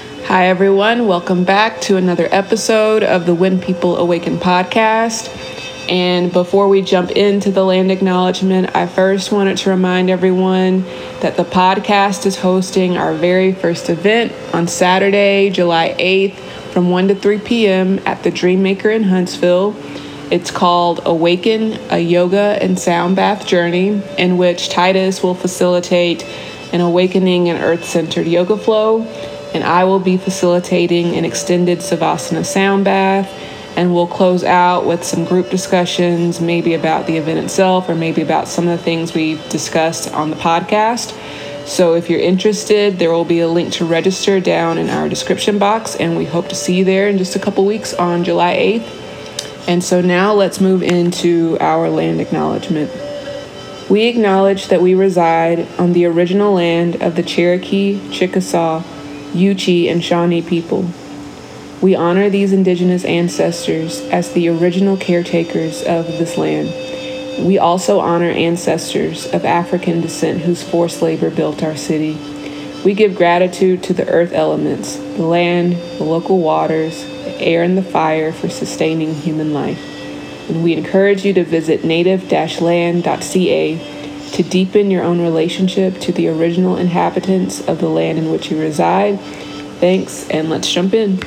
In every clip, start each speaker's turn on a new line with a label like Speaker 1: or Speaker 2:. Speaker 1: Hi, everyone. Welcome back to another episode of the When People Awaken podcast. And before we jump into the land acknowledgement, I first wanted to remind everyone that the podcast is hosting our very first event on Saturday, July 8th from 1 to 3 p.m. at the Dreammaker in Huntsville. It's called Awaken a Yoga and Sound Bath Journey, in which Titus will facilitate an awakening and earth centered yoga flow, and I will be facilitating an extended Savasana sound bath. And we'll close out with some group discussions, maybe about the event itself or maybe about some of the things we've discussed on the podcast. So if you're interested, there will be a link to register down in our description box, and we hope to see you there in just a couple weeks on July 8th. And so now let's move into our land acknowledgement. We acknowledge that we reside on the original land of the Cherokee, Chickasaw, Yuchi, and Shawnee people. We honor these indigenous ancestors as the original caretakers of this land. We also honor ancestors of African descent whose forced labor built our city. We give gratitude to the earth elements, the land, the local waters, the air, and the fire for sustaining human life. And we encourage you to visit native land.ca to deepen your own relationship to the original inhabitants of the land in which you reside. Thanks, and let's jump in.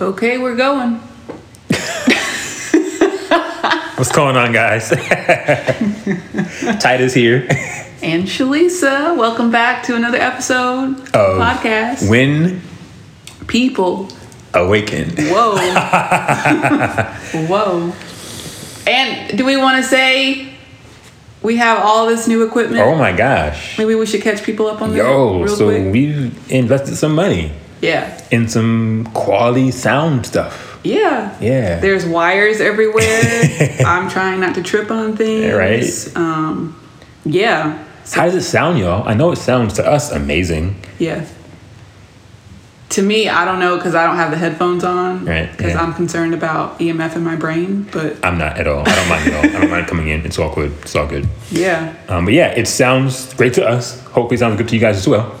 Speaker 1: Okay, we're going.
Speaker 2: What's going on, guys? Titus here.
Speaker 1: And Shalisa, welcome back to another episode of
Speaker 2: Of
Speaker 1: podcast.
Speaker 2: When
Speaker 1: People,
Speaker 2: awakened.
Speaker 1: whoa, whoa. And do we want to say we have all this new equipment?
Speaker 2: Oh my gosh.
Speaker 1: Maybe we should catch people up on this
Speaker 2: Yo,
Speaker 1: real
Speaker 2: so
Speaker 1: quick.
Speaker 2: we've invested some money
Speaker 1: Yeah,
Speaker 2: in some quality sound stuff.
Speaker 1: yeah,
Speaker 2: Yeah.
Speaker 1: There's wires everywhere. I'm trying not to trip on things.
Speaker 2: Right.
Speaker 1: Um, yeah,
Speaker 2: How does it sound, y'all? I know it sounds to us amazing.
Speaker 1: Yeah. To me, I don't know because I don't have the headphones on.
Speaker 2: Right,
Speaker 1: Because
Speaker 2: yeah.
Speaker 1: I'm concerned about EMF in my brain. But
Speaker 2: I'm not at all. I don't mind at all. I don't mind coming in. It's awkward. It's all good.
Speaker 1: yeah.
Speaker 2: Um, but yeah, it sounds great to us. Hopefully, it sounds good to you guys as well.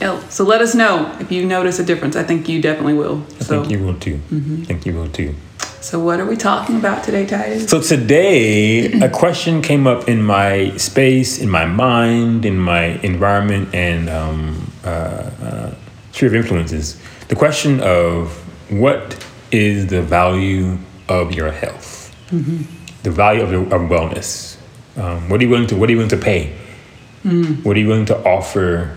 Speaker 1: El- So let us know if you notice a difference. I think you definitely will.
Speaker 2: I
Speaker 1: So, Mm-hmm.
Speaker 2: think you will too. I think you will too.
Speaker 1: so what are we talking about today, Titus?
Speaker 2: So today, a question came up in my space, in my mind, in my environment, and um, uh, uh, sphere of influences. The question of what is the value of your health, the value of, your, of wellness. Um, what are you willing to What are you willing to pay? What are you willing to offer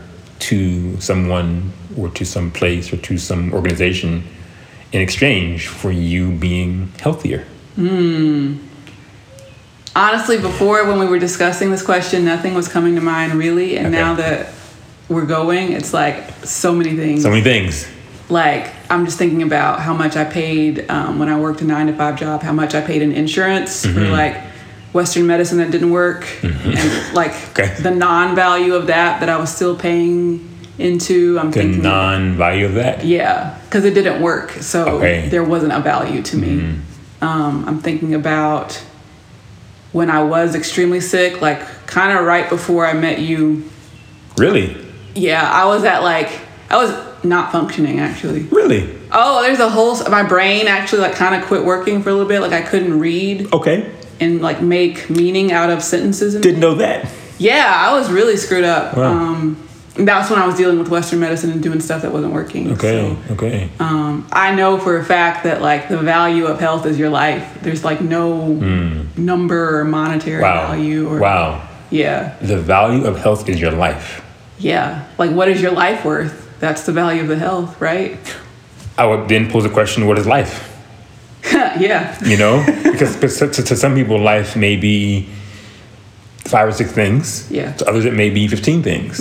Speaker 2: to someone or to some place or to some organization in exchange for you being healthier?
Speaker 1: Honestly, before when we were discussing this question, nothing was coming to mind really. And
Speaker 2: Okay.
Speaker 1: now that we're going, it's like so many things.
Speaker 2: So many things.
Speaker 1: like i'm just thinking about how much i paid um, when i worked a nine to five job how much i paid in insurance for
Speaker 2: Mm-hmm.
Speaker 1: like western medicine that didn't work and like
Speaker 2: Okay.
Speaker 1: the non-value of that that i was still paying into i'm
Speaker 2: the
Speaker 1: thinking
Speaker 2: non value of that.
Speaker 1: yeah because it didn't work so
Speaker 2: Okay. Mm-hmm.
Speaker 1: there wasn't a value to me um, i'm thinking about when i was extremely sick like kind of right before i met you
Speaker 2: Really?
Speaker 1: yeah i was at like i was not functioning actually
Speaker 2: Really?
Speaker 1: Oh, there's a whole. My brain actually like kind of quit working for a little bit. Like I couldn't read
Speaker 2: Okay.
Speaker 1: and like make meaning out of sentences. And
Speaker 2: Didn't know that.
Speaker 1: Yeah, I was really screwed up.
Speaker 2: Wow.
Speaker 1: Um, that's when I was dealing with Western medicine and doing stuff that wasn't working.
Speaker 2: Okay. Okay.
Speaker 1: So, um, I know for a fact that like the value of health is your life. There's like no number or monetary
Speaker 2: Hmm. wow.
Speaker 1: value or
Speaker 2: wow.
Speaker 1: yeah,
Speaker 2: The value of health is your life.
Speaker 1: yeah. Like what is your life worth? That's the value of the health, right?
Speaker 2: I would then pose the question: What is life?
Speaker 1: yeah,
Speaker 2: You know, because but to, to- to some people, life may be five or six things.
Speaker 1: Yeah.
Speaker 2: To others, it may be fifteen things.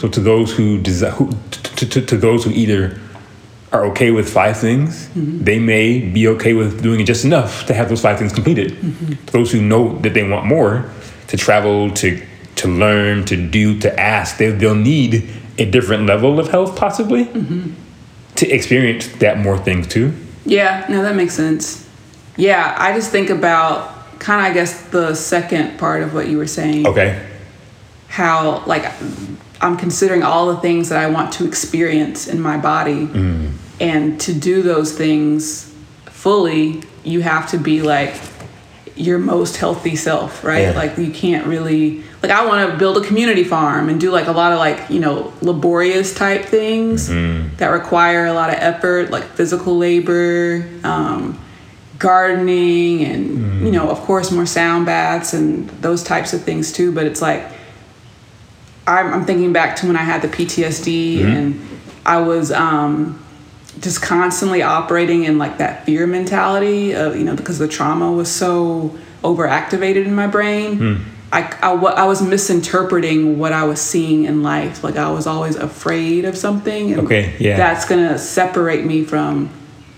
Speaker 2: So to those who, desi- who to, to, to those who either are okay with five things, they may be okay with doing it just enough to have those five things completed. Those who know that they want more, to travel, to to learn, to do, to ask, they, they'll need a different level of health possibly to experience that more things too.
Speaker 1: Yeah, no, that makes sense. Yeah, I just think about kind of, I guess, the second part of what you were saying
Speaker 2: Okay.
Speaker 3: how like I'm considering all the things that I want to experience in my body, and to do those things fully, you have to be like your most healthy self, right?
Speaker 2: Yeah.
Speaker 3: Like you can't really like I want to build a community farm and do like a lot of like you know laborious type things that require a lot of effort, like physical labor. Um, gardening and you know of course more sound baths and those types of things too but it's like I'm, I'm thinking back to when I had the PTSD
Speaker 2: Mm-hmm.
Speaker 3: and I was um, just constantly operating in like that fear mentality of you know because the trauma was so overactivated in my brain.
Speaker 2: Hmm.
Speaker 3: I, I, wa- I was misinterpreting what I was seeing in life. Like I was always afraid of something. And
Speaker 2: Okay, yeah.
Speaker 3: That's gonna separate me from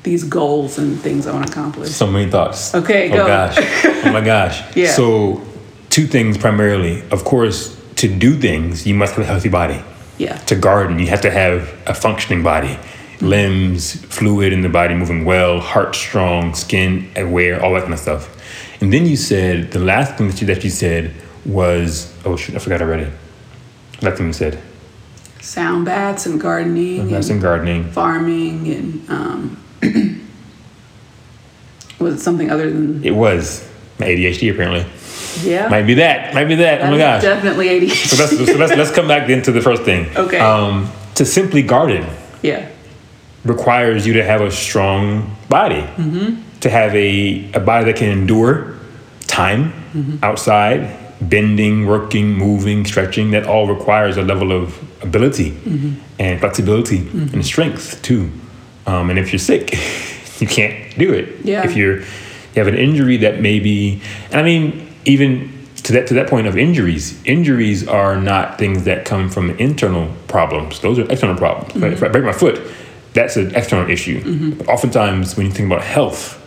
Speaker 3: these goals and things I want to accomplish.
Speaker 2: So many thoughts.
Speaker 3: Okay,
Speaker 2: oh
Speaker 3: go.
Speaker 2: gosh. Oh my gosh.
Speaker 3: Yeah.
Speaker 2: So, two things primarily. Of course, to do things, you must have a healthy body.
Speaker 3: Yeah.
Speaker 2: To garden, you have to have a functioning body. Limbs, fluid in the body moving well, heart strong, skin aware, all that kind of stuff. And then you said the last thing that you, that you said was oh shoot, I forgot already. Last thing you said.
Speaker 3: Sound baths and gardening. and-
Speaker 2: That's in gardening.
Speaker 3: farming and um, was it something other than
Speaker 2: It was my ADHD apparently.
Speaker 3: yeah?
Speaker 2: Might be that. Might be that. oh my gosh.
Speaker 3: That is definitely
Speaker 2: so
Speaker 3: ADHD.
Speaker 2: let's, so let's, let's come back then to the first thing.
Speaker 3: Okay.
Speaker 2: Um, to simply garden
Speaker 3: yeah,
Speaker 2: requires you to have a strong body,
Speaker 3: Mm-hmm.
Speaker 2: to have a, a body that can endure time
Speaker 3: Mm-hmm.
Speaker 2: outside, bending, working, moving, stretching. That all requires a level of ability
Speaker 3: Mm-hmm.
Speaker 2: and flexibility and strength too. Um, and if you're sick, you can't do it.
Speaker 3: Yeah.
Speaker 2: If you're you have an injury that maybe, and I mean even to that to that point of injuries, injuries are not things that come from internal problems. Those are external problems. If I- If I break my foot, that's an external issue. But oftentimes, when you think about health,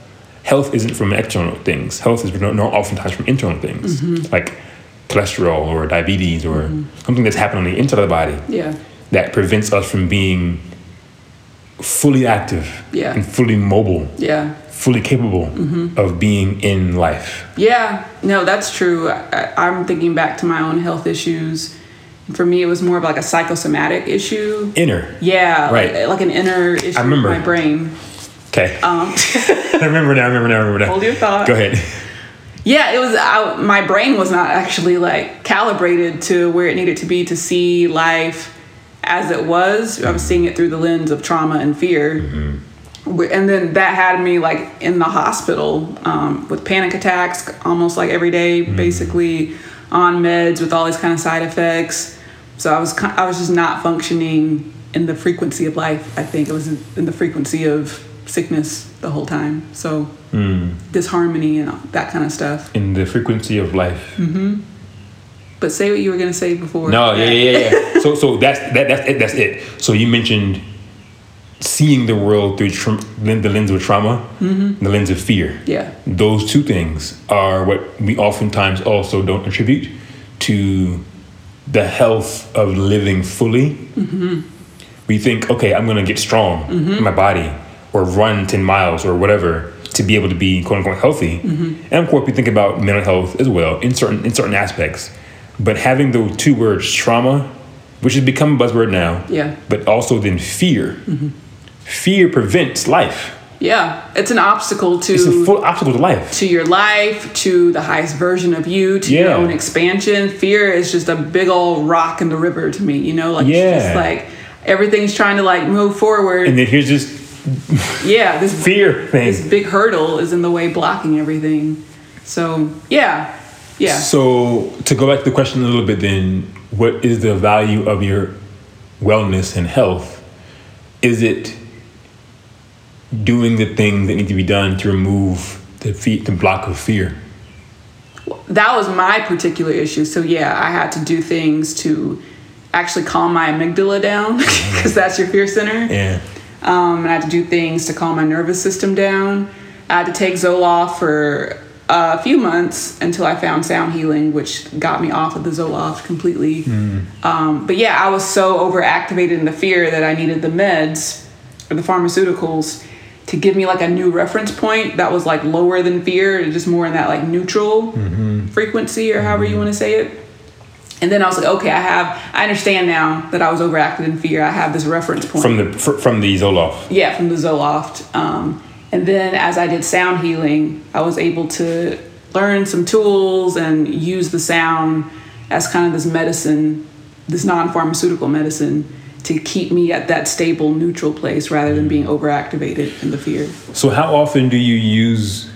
Speaker 2: health isn't from external things. Health is not not oftentimes from internal things, like cholesterol or diabetes or something that's happened on the inside of the body
Speaker 3: yeah,
Speaker 2: that prevents us from being fully active
Speaker 3: Yeah.
Speaker 2: and fully mobile
Speaker 3: yeah,
Speaker 2: fully capable
Speaker 3: Mm-hmm.
Speaker 2: of being in life.
Speaker 3: yeah. No, that's true. I, I- I'm thinking back to my own health issues. For me, it was more of like a psychosomatic issue.
Speaker 2: Inner.
Speaker 3: Yeah,
Speaker 2: Right.
Speaker 3: like, like an inner issue
Speaker 2: I remember.
Speaker 3: in my brain.
Speaker 2: Okay. I remember now, I remember now, I remember now.
Speaker 3: Uh-huh. Hold your thought.
Speaker 2: Go ahead.
Speaker 3: Yeah, it was. I, my brain was not actually like calibrated to where it needed to be to see life as it was. I was seeing it through the lens of trauma and fear, Wh- and then that had me like in the hospital um, with panic attacks almost like every day, basically on meds with all these kind of side effects. So I was ki- I was just not functioning in the frequency of life. I think it was in- in the frequency of sickness the whole time. So disharmony and all that kind of stuff.
Speaker 2: In the frequency of life.
Speaker 3: Mm-hmm. But say what you were gonna say before.
Speaker 2: No, yeah,
Speaker 3: that.
Speaker 2: yeah, yeah. yeah. so, so that's that, that's it. That's it. So you mentioned seeing the world through tr- the lens of trauma,
Speaker 3: Mm-hmm.
Speaker 2: the lens of fear.
Speaker 3: Yeah.
Speaker 2: those two things are what we oftentimes also don't attribute to the health of living fully. We think, okay, I'm gonna get strong in my body or run 10 miles or whatever to be able to be quote unquote healthy. And of course, we think about mental health as well in certain, in certain aspects. But having those two words, trauma, which has become a buzzword now,
Speaker 3: Yeah.
Speaker 2: but also then fear. Fear prevents life.
Speaker 3: Yeah. It's an obstacle to
Speaker 2: It's a full obstacle to life.
Speaker 3: to your life, to the highest version of you, to your
Speaker 2: Yeah.
Speaker 3: own expansion. Fear is just a big old rock in the river to me, you know? Like it's
Speaker 2: Yeah.
Speaker 3: just like everything's trying to like move forward.
Speaker 2: And then here's this
Speaker 3: yeah, this
Speaker 2: fear
Speaker 3: this
Speaker 2: thing.
Speaker 3: big hurdle is in the way blocking everything. So yeah. Yeah.
Speaker 2: So to go back to the question a little bit, then what is the value of your wellness and health? Is it doing the things that need to be done to remove the feet, the block of fear?
Speaker 3: that was my particular issue. So yeah, I had to do things to actually calm my amygdala down because that's your fear center.
Speaker 2: Yeah,
Speaker 3: Um, and I had to do things to calm my nervous system down. I had to take Zoloft for a few months until I found sound healing, which got me off of the Zoloft completely. Um, but yeah, I was so overactivated in the fear that I needed the meds or the pharmaceuticals to give me like a new reference point that was like lower than fear, just more in that like neutral frequency or however you want to say it. And then I was like, okay, I have, I understand now that I was overacted in fear. I have this reference point.
Speaker 2: From the fr- from the Zoloft.
Speaker 3: yeah, from the Zoloft. Um, and then as I did sound healing, I was able to learn some tools and use the sound as kind of this medicine, this non pharmaceutical medicine to keep me at that stable, neutral place rather than being overactivated in the fear.
Speaker 2: So how often do you use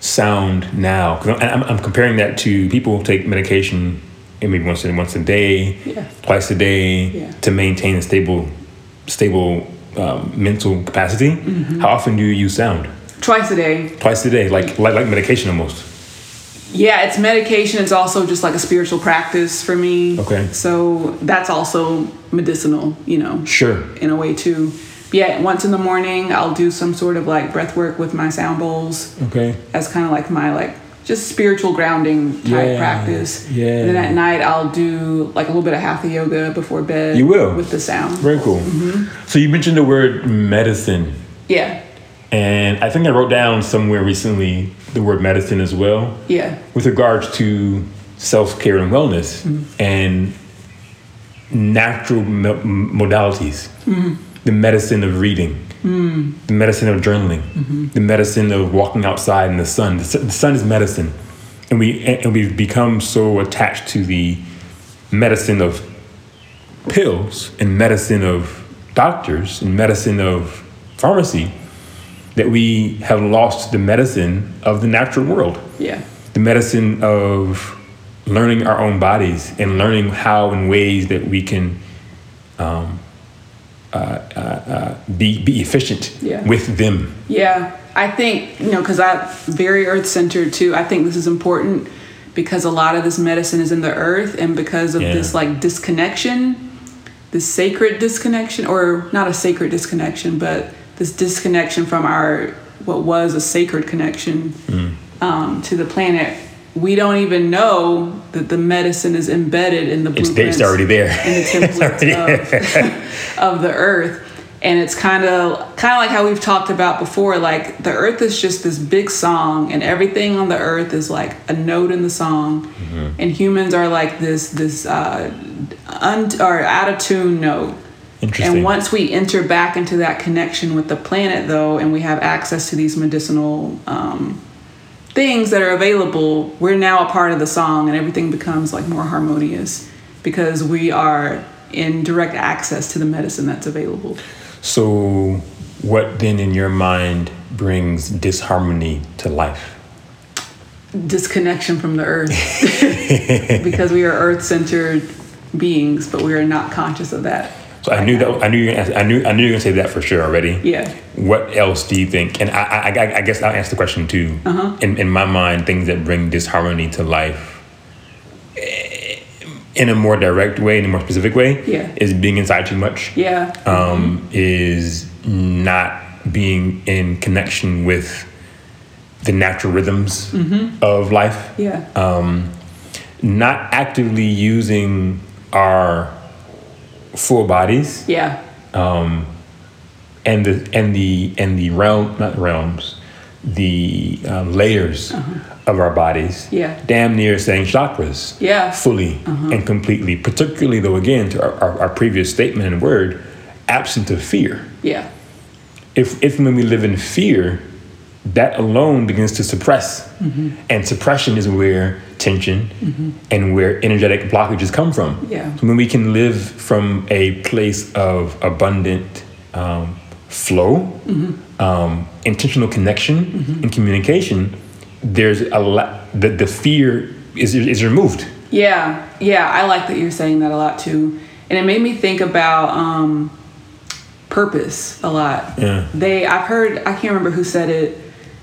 Speaker 2: sound now? 'Cause I'm, I'm, I'm comparing that to people who take medication eh, maybe once a, once a day,
Speaker 3: Yeah.
Speaker 2: twice a day
Speaker 3: Yeah.
Speaker 2: to maintain a stable stable um, mental capacity.
Speaker 3: Mm-hmm.
Speaker 2: How often do you use sound?
Speaker 3: Twice a day,
Speaker 2: Twice a day, like like, like medication almost.
Speaker 3: Yeah, it's medication. It's also just like a spiritual practice for me.
Speaker 2: Okay.
Speaker 3: So that's also medicinal, you know,
Speaker 2: Sure.
Speaker 3: in a way too. But yeah, once in the morning, I'll do some sort of like breath work with my sound bowls
Speaker 2: Okay.
Speaker 3: as kind of like my like just spiritual grounding type
Speaker 2: Yeah,
Speaker 3: practice.
Speaker 2: yeah.
Speaker 3: And then at night, I'll do like a little bit of hatha yoga before bed.
Speaker 2: You will?
Speaker 3: With the sound.
Speaker 2: Very cool.
Speaker 3: Mm-hmm.
Speaker 2: So you mentioned the word medicine,
Speaker 3: Yeah.
Speaker 2: and I think I wrote down somewhere recently the word medicine as well.
Speaker 3: Yeah.
Speaker 2: with regards to self care and wellness and natural mo- modalities, the medicine of reading, the medicine of journaling, the medicine of walking outside in the sun. The, su- the sun is medicine, and we and and we've become so attached to the medicine of pills and medicine of doctors and medicine of pharmacy that we have lost the medicine of the natural world
Speaker 3: Yeah.
Speaker 2: the medicine of learning our own bodies and learning how and ways that we can um, uh, uh, uh, be be efficient
Speaker 3: Yeah.
Speaker 2: with them.
Speaker 3: Yeah, I think, you know, because I'm very earth centered too, I think this is important because a lot of this medicine is in the earth and because of
Speaker 2: Yeah.
Speaker 3: this like disconnection, this sacred disconnection, or not a sacred disconnection, but this disconnection from our what was a sacred connection
Speaker 2: Mm.
Speaker 3: um, to the planet. We don't even know that the medicine is embedded in the
Speaker 2: It's,
Speaker 3: blueprints
Speaker 2: it's already there.
Speaker 3: and the templates of, of the earth. And it's kind of kind of like how we've talked about before. Like the earth is just this big song, and everything on the earth is like a note in the song. And humans are like this this uh, un- or out of tune note.
Speaker 2: Interesting.
Speaker 3: And once we enter back into that connection with the planet, though, and we have access to these medicinal um, things that are available, we're now a part of the song, and everything becomes like more harmonious because we are in direct access to the medicine that's available.
Speaker 2: so, what then in your mind brings disharmony to life?
Speaker 3: Disconnection from the earth because we are earth centered beings, but we are not conscious of that.
Speaker 2: So I knew that I knew you were gonna ask, I knew I knew you were gonna say that for sure already.
Speaker 3: Yeah.
Speaker 2: What else do you think? And I I, I- I guess I'll answer the question too.
Speaker 3: Uh-huh.
Speaker 2: In in my mind, things that bring disharmony to life eh, in a more direct way, in a more specific way,
Speaker 3: Yeah.
Speaker 2: is being inside too much.
Speaker 3: Yeah.
Speaker 2: Um, Is not being in connection with the natural rhythms
Speaker 3: Mm-hmm.
Speaker 2: of life
Speaker 3: yeah.
Speaker 2: uh, not actively using our full bodies
Speaker 3: yeah.
Speaker 2: and the and the and the realm not realms the uh, layers of our bodies
Speaker 3: Uh-huh. Yeah.
Speaker 2: damn near saying chakras
Speaker 3: Yeah. Uh-huh.
Speaker 2: fully and completely particularly though again to our, our, our previous statement and word absent of fear
Speaker 3: Yeah.
Speaker 2: if if when we live in fear, that alone begins to suppress,
Speaker 3: Mm-hmm.
Speaker 2: and suppression is where tension and where energetic blockages come from.
Speaker 3: Yeah.
Speaker 2: So when we can live from a place of abundant um, flow,
Speaker 3: Mm-hmm.
Speaker 2: um, intentional connection, and communication, there's a la- the the fear is is removed.
Speaker 3: Yeah, yeah, I like that you're saying that a lot too. And it made me think about um, purpose a lot.
Speaker 2: Yeah.
Speaker 3: They, I've heard, I can't remember who said it,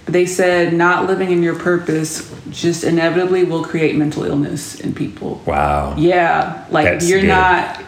Speaker 3: but they said not living in your purpose just inevitably will create mental illness in people.
Speaker 2: Wow.
Speaker 3: Yeah, like
Speaker 2: That's
Speaker 3: you're
Speaker 2: good.
Speaker 3: not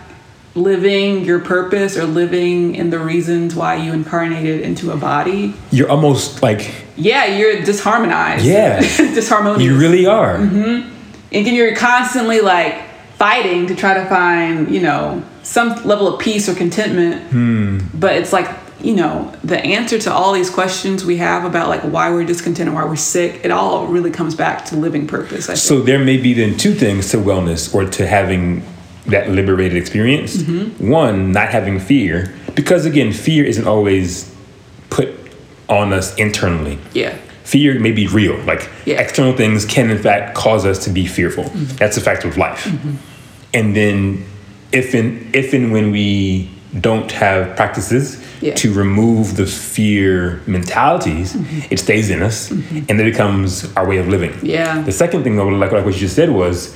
Speaker 3: living your purpose or living in the reasons why you incarnated into a body.
Speaker 2: You're almost like
Speaker 3: Yeah, you're disharmonized.
Speaker 2: Yeah.
Speaker 3: disharmonious
Speaker 2: you really are.
Speaker 3: Mm-hmm. and then you're constantly like fighting to try to find you know some level of peace or contentment but it's like you know, the answer to all these questions we have about like why we're discontent and why we're sick, it all really comes back to living purpose. I think.
Speaker 2: So there may be then two things to wellness or to having that liberated experience. One, not having fear, because again, fear isn't always put on us internally.
Speaker 3: yeah.
Speaker 2: Fear may be real. Like
Speaker 3: Yeah. Mm-hmm.
Speaker 2: external things can in fact cause us to be fearful. That's a fact of life. And then if and if and when we don't have practices
Speaker 3: Yeah.
Speaker 2: to remove the fear mentalities,
Speaker 3: Mm-hmm.
Speaker 2: it stays in us and it becomes our way of living.
Speaker 3: Yeah.
Speaker 2: The second thing, though, like, like what you just said, was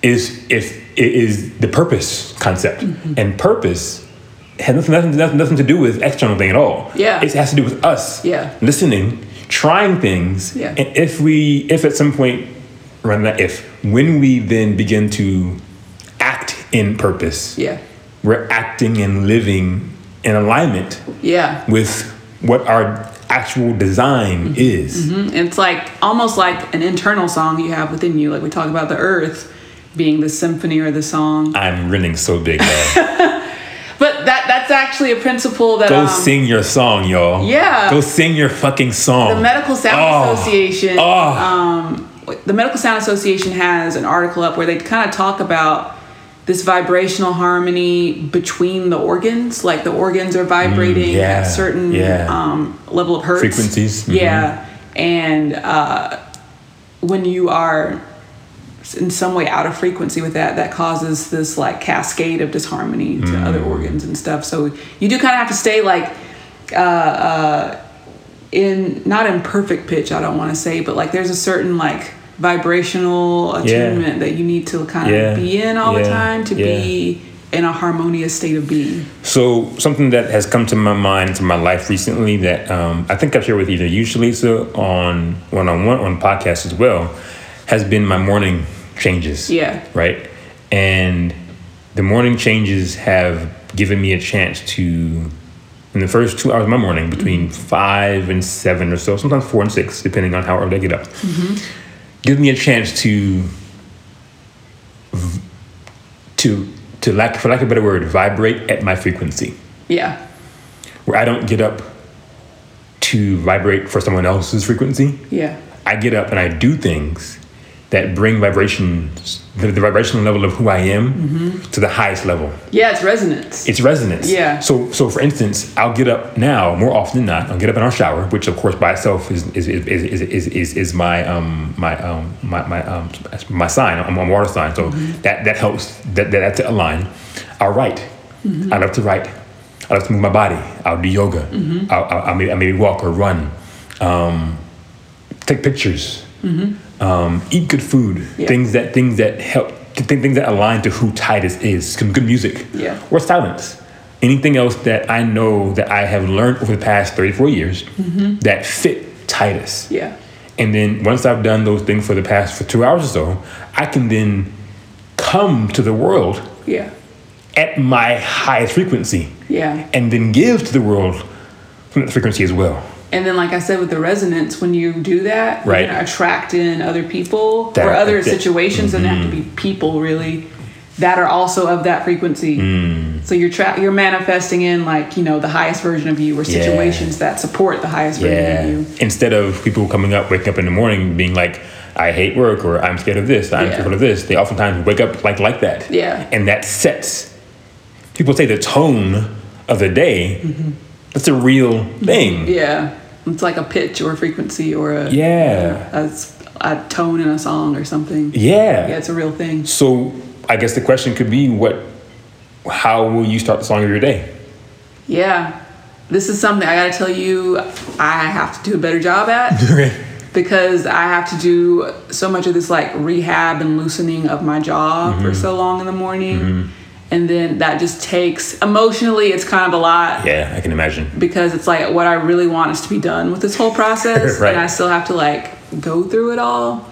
Speaker 2: is if it is the purpose concept,
Speaker 3: Mm-hmm.
Speaker 2: and purpose has nothing, nothing, nothing, nothing to do with external thing at all.
Speaker 3: Yeah.
Speaker 2: it has to do with us.
Speaker 3: Yeah.
Speaker 2: listening, trying things,
Speaker 3: Yeah.
Speaker 2: and if we, if at some point, rather not if, when we then begin to act in purpose,
Speaker 3: Yeah.
Speaker 2: we're acting and living in alignment
Speaker 3: Yeah.
Speaker 2: with what our actual
Speaker 3: Mm-hmm.
Speaker 2: design is.
Speaker 3: And It's like almost like an internal song you have within you. Like we talk about the earth being the symphony or the song.
Speaker 2: I'm running so big. Now.
Speaker 3: But that that's actually a principle that
Speaker 2: Go
Speaker 3: um,
Speaker 2: sing your song, y'all.
Speaker 3: Yeah.
Speaker 2: Go sing your fucking song.
Speaker 3: the Medical Sound
Speaker 2: Oh.
Speaker 3: Association.
Speaker 2: Oh.
Speaker 3: the Medical Sound Association has an article up where they kind of talk about this vibrational harmony between the organs. Like the organs are vibrating
Speaker 2: Mm, yeah,
Speaker 3: at certain
Speaker 2: yeah.
Speaker 3: um, level of hertz
Speaker 2: Frequencies, mhm.
Speaker 3: Yeah, and uh, when you are in some way out of frequency with that, that causes this like cascade of disharmony to
Speaker 2: Mm.
Speaker 3: other organs and stuff. So you do kind of have to stay like uh, in not in perfect pitch i don't want to say but like there's a certain like vibrational attunement that you need to kind of
Speaker 2: Yeah.
Speaker 3: be in all the
Speaker 2: Yeah.
Speaker 3: time to be in a harmonious state of being
Speaker 2: So something that has come to my mind to my life recently that um, I think I've shared with either you, Shalisa, on one on one on podcast as well, has been my morning changes.
Speaker 3: Yeah.
Speaker 2: Right. And the morning changes have given me a chance to in the first two hours of my morning, between five and seven or so, sometimes four and six, depending on how early I get up, gives me a chance to to to lack for lack of a better word, vibrate at my frequency
Speaker 3: yeah
Speaker 2: where I don't get up to vibrate for someone else's frequency.
Speaker 3: yeah
Speaker 2: I get up and I do things that bring vibrations, the, the vibrational level of who I am to the highest level.
Speaker 3: yeah it's resonance
Speaker 2: It's resonance.
Speaker 3: Yeah.
Speaker 2: So, so for instance, I'll get up now more often than not. I'll get up in our shower, which of course by itself is is is is, is, is, is my um my um my my um my sign. I'm a water sign, so
Speaker 3: Mm-hmm.
Speaker 2: that that helps that that, that to align. I'll write.
Speaker 3: Mm-hmm.
Speaker 2: I love to write. I love to move my body. I'll do yoga.
Speaker 3: Mm-hmm.
Speaker 2: I'll, I'll, I'll maybe, I maybe walk or run. Um, take pictures. Um, eat good food.
Speaker 3: Mm-hmm. Yeah.
Speaker 2: Things that things that help. Things things that align to who Titus is. Some good music
Speaker 3: Yeah.
Speaker 2: or silence. Anything else that I know that I have learned over the past 34 years that fit Titus.
Speaker 3: Mm-hmm. yeah
Speaker 2: And then once I've done those things for the past for two hours or so, I can then come to the world
Speaker 3: yeah
Speaker 2: at my highest frequency
Speaker 3: yeah
Speaker 2: and then give to the world from that frequency as well.
Speaker 3: and then like i said with the resonance when you do that
Speaker 2: Right.
Speaker 3: you're gonna attract in other people
Speaker 2: That-
Speaker 3: or other
Speaker 2: that-
Speaker 3: situations and have to
Speaker 2: Mm-hmm.
Speaker 3: be people really that are also of that frequency
Speaker 2: Mm.
Speaker 3: so you're tra- you're manifesting in like you know the highest version of you or
Speaker 2: Yeah.
Speaker 3: situations that support the highest version of you
Speaker 2: Instead of people coming up, waking up in the morning being like, I hate work or I'm scared of this, I'm
Speaker 3: Yeah.
Speaker 2: scared of this, they oftentimes wake up like like that.
Speaker 3: Yeah.
Speaker 2: And that sets people say the tone of the day.
Speaker 3: Mm-hmm.
Speaker 2: That's a real thing.
Speaker 3: Yeah, it's like a pitch or a frequency or a
Speaker 2: Yeah.
Speaker 3: a, s- a tone in a song or something.
Speaker 2: Yeah.
Speaker 3: yeah, it's a real thing.
Speaker 2: So I guess the question could be what how will you start the song of your day?
Speaker 3: Yeah, this is something I gotta tell you. I have to do a better job at
Speaker 2: Okay.
Speaker 3: because I have to do so much of this like rehab and loosening of my jaw
Speaker 2: Mm-hmm.
Speaker 3: for so long in the morning. And then that just takes emotionally, it's kind of a lot
Speaker 2: Yeah, I can imagine.
Speaker 3: because it's like what I really want is to be done with this whole process,
Speaker 2: Right.
Speaker 3: and I still have to like go through it all.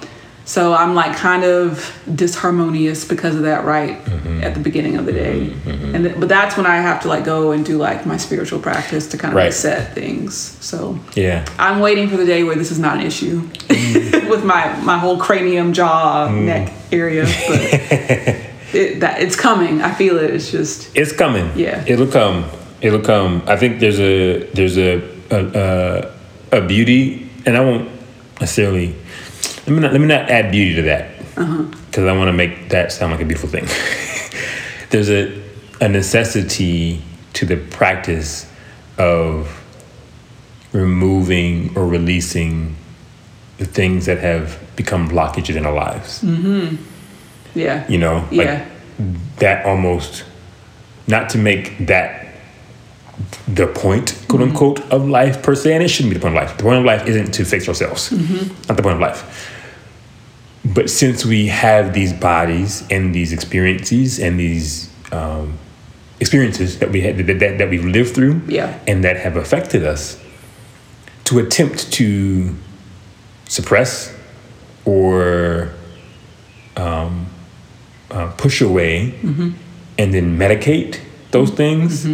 Speaker 3: So I'm like kind of disharmonious because of that, right
Speaker 2: Mm-hmm.
Speaker 3: at the beginning of the day, and th- but that's when I have to like go and do like my spiritual practice to kind of
Speaker 2: Right.
Speaker 3: reset things. So
Speaker 2: Yeah.
Speaker 3: I'm waiting for the day where this is not an issue with my my whole cranium, jaw,
Speaker 2: Mm.
Speaker 3: neck area, but it, that it's coming. I feel it. It's just
Speaker 2: It's coming.
Speaker 3: Yeah.
Speaker 2: It'll come. It'll come. I think there's a there's a a, a, a beauty, and I won't necessarily. Let me not let me not add beauty to that because I want to make that sound like a beautiful thing. there's a a necessity to the practice of removing or releasing the things that have become blockages in our lives.
Speaker 3: Yeah.
Speaker 2: You know, like
Speaker 3: Yeah.
Speaker 2: that almost not to make that the point,
Speaker 3: Mm-hmm.
Speaker 2: quote unquote, of life per se, and it shouldn't be the point of life. The point of life isn't to fix ourselves.
Speaker 3: Mm-hmm.
Speaker 2: Not the point of life. But since we have these bodies and these experiences and these um, experiences that we had that, that, that we've lived through
Speaker 3: Yeah.
Speaker 2: and that have affected us, to attempt to suppress or um, uh, push away and then medicate those things,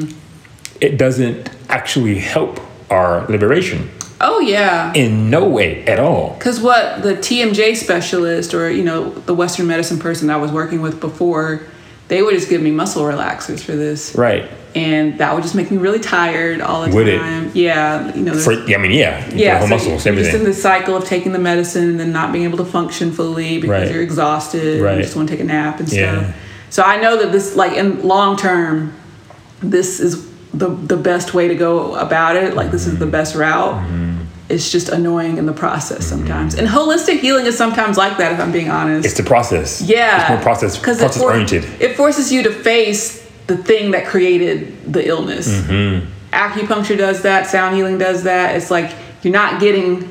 Speaker 2: it doesn't actually help our liberation
Speaker 3: Oh yeah.
Speaker 2: in no way at all.
Speaker 3: Because what the TMJ specialist or, you know, the Western medicine person I was working with before, they would just give me muscle relaxers for this.
Speaker 2: Right.
Speaker 3: And that would just make me really tired all the
Speaker 2: Would it?
Speaker 3: time. Yeah. You know, there's-
Speaker 2: For, I mean, yeah, you
Speaker 3: yeah,
Speaker 2: yeah, whole
Speaker 3: so
Speaker 2: muscles,
Speaker 3: you're just in
Speaker 2: everything.
Speaker 3: the cycle of taking the medicine and then not being able to function fully because
Speaker 2: Right.
Speaker 3: you're exhausted and
Speaker 2: Right.
Speaker 3: you just want to take a nap and
Speaker 2: Yeah.
Speaker 3: stuff. So I know that this, like in long term, this is the the best way to go about it. Like this is
Speaker 2: Mm-hmm.
Speaker 3: the best route. It's just annoying in the process
Speaker 2: Mm-hmm.
Speaker 3: sometimes. And holistic healing is sometimes like that. If I'm being honest,
Speaker 2: It's the process.
Speaker 3: yeah,
Speaker 2: It's more process,
Speaker 3: because
Speaker 2: process oriented.
Speaker 3: It forces you to face the thing that created the illness.
Speaker 2: Mm-hmm.
Speaker 3: Acupuncture does that. Sound healing does that. It's like you're not getting,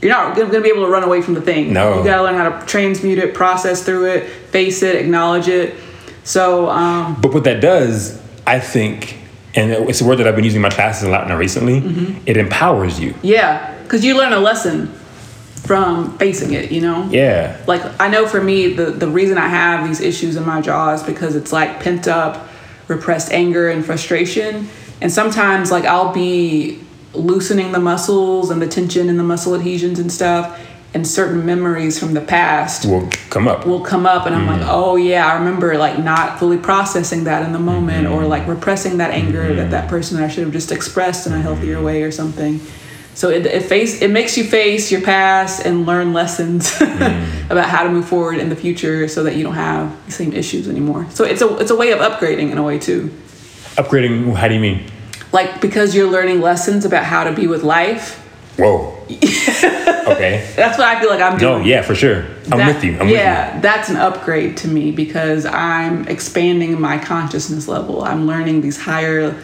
Speaker 3: you're not going to be able to run away from the thing.
Speaker 2: No.
Speaker 3: you got to learn how to transmute it, process through it, face it, acknowledge it. So um,
Speaker 2: But what that does, I think, and it's a word that I've been using in my classes a lot now recently,
Speaker 3: Mm-hmm.
Speaker 2: it empowers you.
Speaker 3: yeah, because you learn a lesson from facing it. You know.
Speaker 2: Yeah.
Speaker 3: like I know for me the the reason I have these issues in my jaw is because it's like pent up repressed anger and frustration and sometimes like I'll be loosening the muscles and the tension and the muscle adhesions and stuff and certain memories from the past
Speaker 2: Will come up.
Speaker 3: will come up and I'm like, oh yeah, I remember like not fully processing that in the moment or like repressing that anger that that person I should have just expressed in a healthier way or something. So it, it face it makes you face your past and learn lessons about how to move forward in the future so that you don't have the same issues anymore. So it's a it's a way of upgrading in a way too.
Speaker 2: Upgrading, how do you mean?
Speaker 3: Like because you're learning lessons about how to be with life.
Speaker 2: Whoa. okay.
Speaker 3: That's what I feel like I'm doing.
Speaker 2: No, Oh, yeah, for sure. I'm
Speaker 3: That-
Speaker 2: with you. I'm with you.
Speaker 3: yeah, that's an upgrade to me because I'm expanding my consciousness level. I'm learning these higher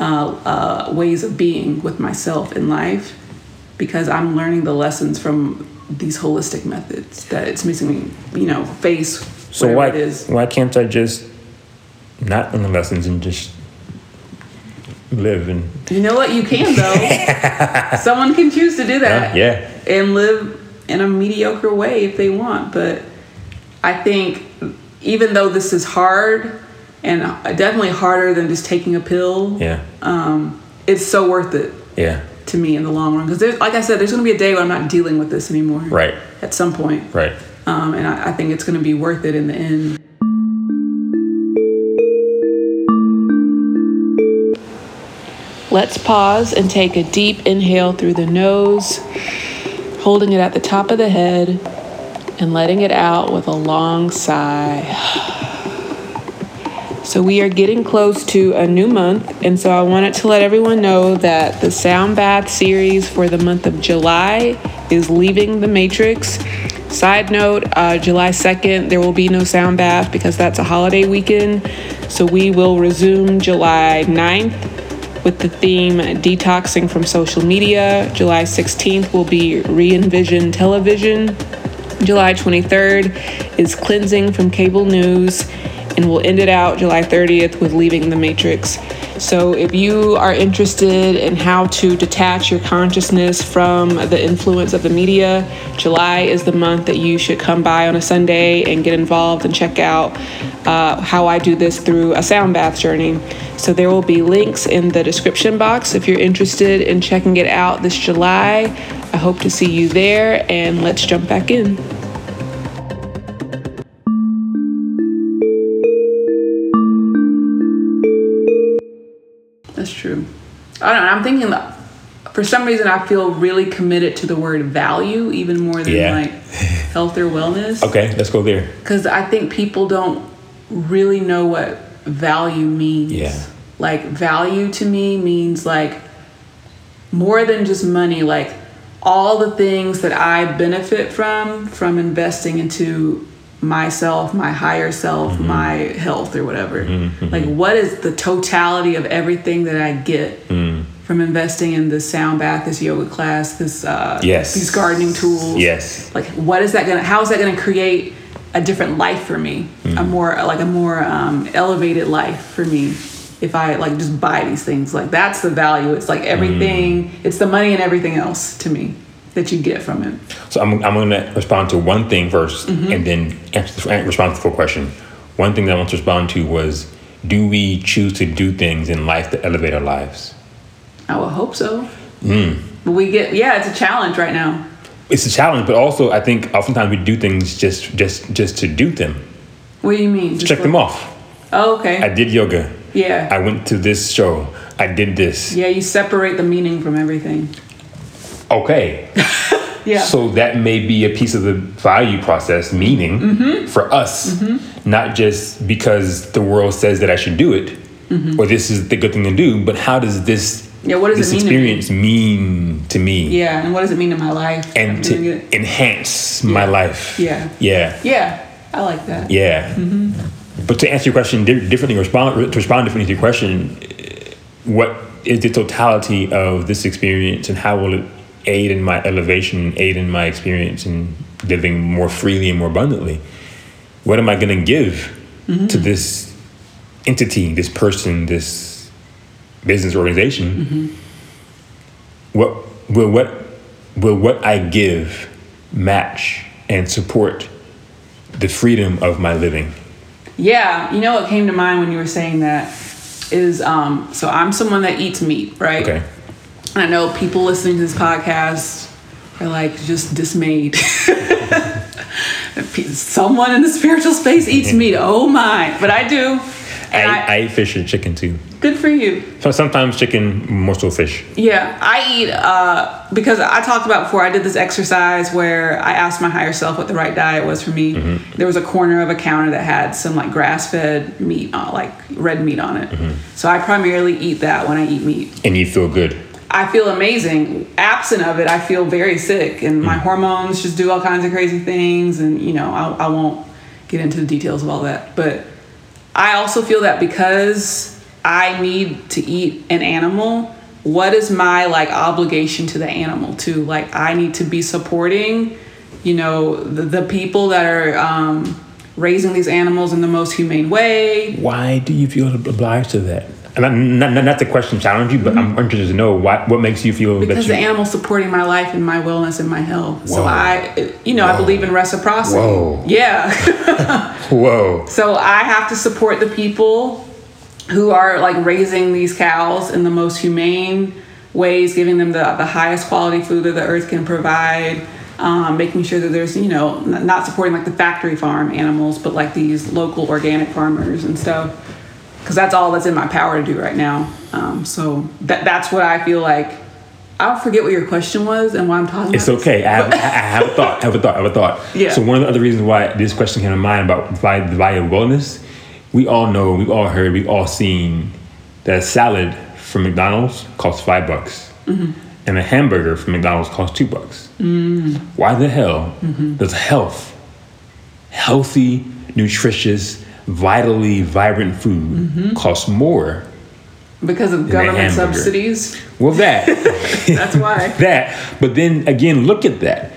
Speaker 3: uh, uh, ways of being with myself in life because I'm learning the lessons from these holistic methods that it's making me, you know, face
Speaker 2: So
Speaker 3: whatever
Speaker 2: why
Speaker 3: it is.
Speaker 2: why can't I just not learn the lessons and just live and
Speaker 3: You know what? You can though. Someone can choose to do that.
Speaker 2: Huh? yeah
Speaker 3: and live in a mediocre way if they want. But I think even though this is hard and uh, definitely harder than just taking a pill,
Speaker 2: yeah
Speaker 3: um, it's so worth it
Speaker 2: yeah
Speaker 3: to me in the long run. Because like I said, there's going to be a day when I'm not dealing with this anymore.
Speaker 2: right
Speaker 3: At some point.
Speaker 2: right
Speaker 3: Um, and I, I think it's going to be worth it in the end.
Speaker 1: Let's pause and take a deep inhale through the nose, holding it at the top of the head and letting it out with a long sigh. So, we are getting close to a new month, and so I wanted to let everyone know that the Sound Bath series for the month of July is leaving the Matrix. Side note uh, July 2nd, there will be no Sound Bath because that's a holiday weekend. So, we will resume July 9th with the theme Detoxing from Social Media. July 16th will be Re Envision Television. July 23rd is Cleansing from Cable News. And we'll end it out July 30th with Leaving the Matrix. So, if you are interested in how to detach your consciousness from the influence of the media, July is the month that you should come by on a Sunday and get involved and check out uh, how I do this through a sound bath journey. So there will be links in the description box if you're interested in checking it out this July. I hope to see you there and let's jump back in.
Speaker 3: That's true. I don't know. I'm thinking that for some reason I feel really committed to the word value even more than
Speaker 2: Yeah.
Speaker 3: like health or wellness.
Speaker 2: Okay, let's go there.
Speaker 3: Because I think people don't really know what value means.
Speaker 2: Yeah.
Speaker 3: Like, value to me means like more than just money, like all the things that I benefit from, from investing into myself, my higher self,
Speaker 2: Mm-hmm.
Speaker 3: my health, or whatever. Like, what is the totality of everything that I get?
Speaker 2: Mm.
Speaker 3: From investing in this sound bath, this yoga class, this uh,
Speaker 2: Yes.
Speaker 3: these gardening tools,
Speaker 2: Yes.
Speaker 3: like what is that gonna how is that gonna create a different life for me a
Speaker 2: Mm-hmm.
Speaker 3: more like a more um, elevated life for me if i like just buy these things like that's the value it's like everything
Speaker 2: Mm.
Speaker 3: it's the money and everything else to me that you get from it
Speaker 2: So I'm, I'm going to respond to one thing 1st and then answer, the- respond to the full question. One thing that I want to respond to was do we choose to do things in life that elevate our lives?
Speaker 3: i would hope so
Speaker 2: Mm.
Speaker 3: but we get yeah it's a challenge right now
Speaker 2: It's a challenge, but also I think oftentimes we do things just just just to do them.
Speaker 3: what do you mean
Speaker 2: Check them off.
Speaker 3: oh, okay
Speaker 2: I did yoga.
Speaker 3: yeah
Speaker 2: I went to this show. I did this.
Speaker 3: yeah you separate the meaning from everything
Speaker 2: Okay.
Speaker 3: yeah
Speaker 2: So that may be a piece of the value process, meaning
Speaker 3: Mm-hmm.
Speaker 2: for us, not just because the world says that I should do it or this is the good thing to do, but how does this
Speaker 3: Mm-hmm. Yeah, what
Speaker 2: this
Speaker 3: does it mean to me?
Speaker 2: experience mean to me
Speaker 3: yeah and what does it mean to my life I'm
Speaker 2: and
Speaker 3: doing
Speaker 2: to
Speaker 3: it.
Speaker 2: enhance my life?
Speaker 3: Yeah.
Speaker 2: Yeah.
Speaker 3: yeah i like that
Speaker 2: Yeah. Mm-hmm. But to answer your question di- differently, respond to respond differently to your question, eh, what is the totality of this experience, and how will it aid in my elevation, aid in my experience, in living more freely and more abundantly? What am I going to give to this entity, this person, this business organization? What will what will what I give match and support the freedom of my living.
Speaker 3: Yeah, you know what came to mind when you were saying that is um so I'm someone that eats meat, right?
Speaker 2: Okay.
Speaker 3: And I know people listening to this podcast are like just dismayed. someone in the spiritual space eats meat. Oh my. But I do. And I,
Speaker 2: I, I eat fish and chicken too.
Speaker 3: good for you.
Speaker 2: So sometimes chicken, more so fish.
Speaker 3: Yeah, I eat uh, because I talked about before. I did this exercise where I asked my higher self what the right diet was for me. There was a corner of a counter that had some like grass fed meat, on, like red meat on it. So I primarily eat that when I eat meat.
Speaker 2: And you feel good.
Speaker 3: I feel amazing. Absent of it, I feel very sick, and my hormones just do all kinds of crazy things. And you know, I, I won't get into the details of all that, but I also feel that because I need to eat an animal, what is my like obligation to the animal too? Like, I need to be supporting, you know, the, the people that are um, raising these animals in the most humane way.
Speaker 2: Why do you feel obliged to that? And I'm not, not, not to question challenge you, but I'm interested to know why, what makes you feel
Speaker 3: Mm-hmm. because the
Speaker 2: that you.
Speaker 3: animal's supporting my life and my wellness and my health. So
Speaker 2: Whoa.
Speaker 3: I, you know, I
Speaker 2: Whoa.
Speaker 3: believe in reciprocity.
Speaker 2: Whoa.
Speaker 3: Yeah.
Speaker 2: Whoa.
Speaker 3: so I have to support the people who are like raising these cows in the most humane ways, giving them the, the highest quality food that the earth can provide. Um, making sure that there's you know n- not supporting like the factory farm animals but like these local organic farmers and stuff because that's all that's in my power to do right now um, so that that's what i feel like i'll forget what your question was and why i'm talking
Speaker 2: It's
Speaker 3: about this.
Speaker 2: okay. I have, I have a thought. I have a thought. I have a thought.
Speaker 3: Yeah.
Speaker 2: So one of the other reasons why this question came to mind about why the value of wellness, we all know, we've all heard, we've all seen that a salad from McDonald's costs five bucks, and a hamburger from McDonald's costs two bucks. Why the hell does health healthy, nutritious, vitally vibrant food costs more?
Speaker 3: because of
Speaker 2: that
Speaker 3: government
Speaker 2: hamburger.
Speaker 3: subsidies
Speaker 2: Well, that
Speaker 3: that's why
Speaker 2: that. But then again, look at that.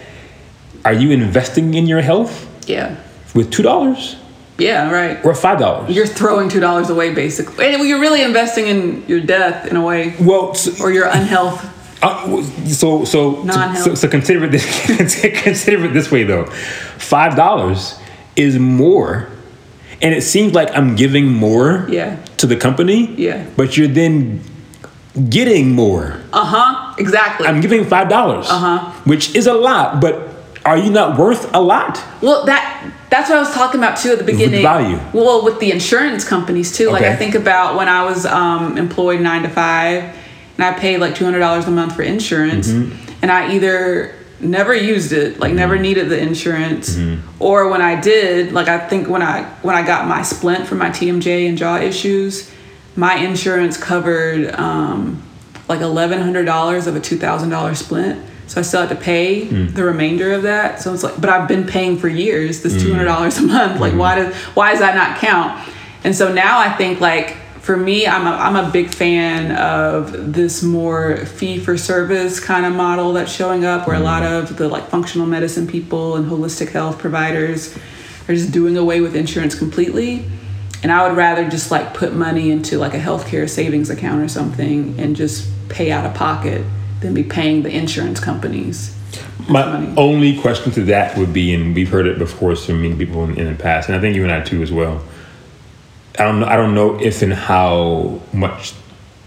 Speaker 2: Are you investing in your health
Speaker 3: yeah
Speaker 2: with two dollars
Speaker 3: yeah right
Speaker 2: or five dollars?
Speaker 3: you're throwing two dollars away basically and you're really investing in your death in a way
Speaker 2: Well, so,
Speaker 3: or your unhealth
Speaker 2: uh, so so so,
Speaker 3: Non-health.
Speaker 2: so so consider it this consider it this way though. Five dollars is more, and it seems like I'm giving more
Speaker 3: Yeah.
Speaker 2: to the company.
Speaker 3: Yeah.
Speaker 2: but you're then getting more.
Speaker 3: uh-huh exactly
Speaker 2: I'm giving five dollars,
Speaker 3: Uh-huh.
Speaker 2: which is a lot, but are you not worth a lot?
Speaker 3: Well, that that's what I was talking about too at the beginning.
Speaker 2: value.
Speaker 3: Well, with the insurance companies too. Like
Speaker 2: Okay.
Speaker 3: I think about when I was um, employed nine to five, and I paid like two hundred dollars a month for insurance,
Speaker 2: Mm-hmm.
Speaker 3: and I either never used it, like never needed the insurance,
Speaker 2: Mm-hmm.
Speaker 3: or when I did, like I think when I when I got my splint for my TMJ and jaw issues, my insurance covered um, like eleven hundred dollars of a two thousand dollar splint. So I still had to pay the remainder of that. So it's like, but I've been paying for years this two hundred dollars a month. Like, why does why does that not count? And so now I think like for me, I'm a, I'm a big fan of this more fee for service kind of model that's showing up, where a lot of the like functional medicine people and holistic health providers are just doing away with insurance completely. And I would rather just like put money into like a healthcare savings account or something and just pay out of pocket than be paying the insurance companies.
Speaker 2: My only question to that would be, and we've heard it before from many people in, in the past, and I think you and I too as well. I don't know. I don't know if and how much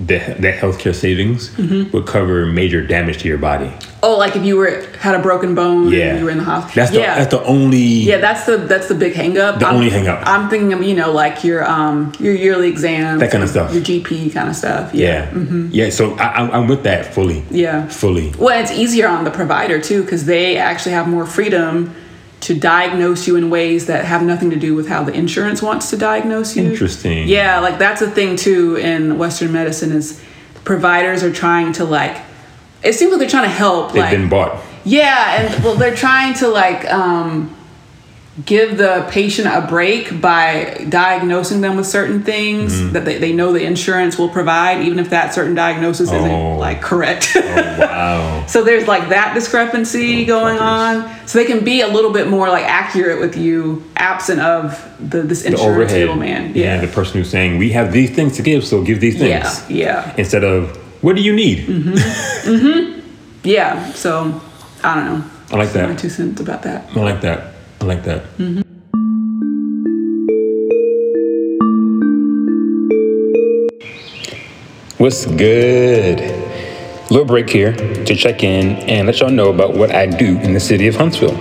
Speaker 2: the the healthcare savings
Speaker 3: Mm-hmm.
Speaker 2: would cover major damage to your body.
Speaker 3: Oh, like if you were had a broken bone,
Speaker 2: Yeah,
Speaker 3: and you were in the hospital.
Speaker 2: That's the
Speaker 3: yeah.
Speaker 2: that's the only.
Speaker 3: Yeah, that's the that's the big hang up.
Speaker 2: The only hang up.
Speaker 3: I'm thinking of, you know, like your um your yearly exams.
Speaker 2: That kind of stuff.
Speaker 3: Your GP kind of stuff.
Speaker 2: yeah, yeah. So I, I'm- I'm with that fully.
Speaker 3: Mm-hmm. Yeah.
Speaker 2: fully.
Speaker 3: Well, it's easier on the provider too cuz they actually have more freedom to diagnose you in ways that have nothing to do with how the insurance wants to diagnose you.
Speaker 2: Interesting.
Speaker 3: Yeah, like that's a thing too in western medicine is providers are trying to like it seems like they're trying to help
Speaker 2: They've
Speaker 3: like
Speaker 2: been bought.
Speaker 3: Yeah, and well, they're trying to like um, give the patient a break by diagnosing them with certain things
Speaker 2: Mm-hmm.
Speaker 3: that they, they know the insurance will provide, even if that certain diagnosis
Speaker 2: Oh.
Speaker 3: isn't like correct.
Speaker 2: Wow.
Speaker 3: so there's like that discrepancy going
Speaker 2: Oh, fuckers.
Speaker 3: on. So they can be a little bit more like accurate with you, absent of the this
Speaker 2: The
Speaker 3: insurance
Speaker 2: overhead.
Speaker 3: middleman.
Speaker 2: Yeah. the person who's saying we have these things to give, so give these things.
Speaker 3: yeah, Mm-hmm. yeah,
Speaker 2: Instead of what do you need?
Speaker 3: yeah. So I don't know.
Speaker 2: I like
Speaker 3: My
Speaker 2: that.
Speaker 3: two cents about that.
Speaker 2: I like that. I like that. What's good? Little break here to check in and let y'all know about what I do in the city of Huntsville.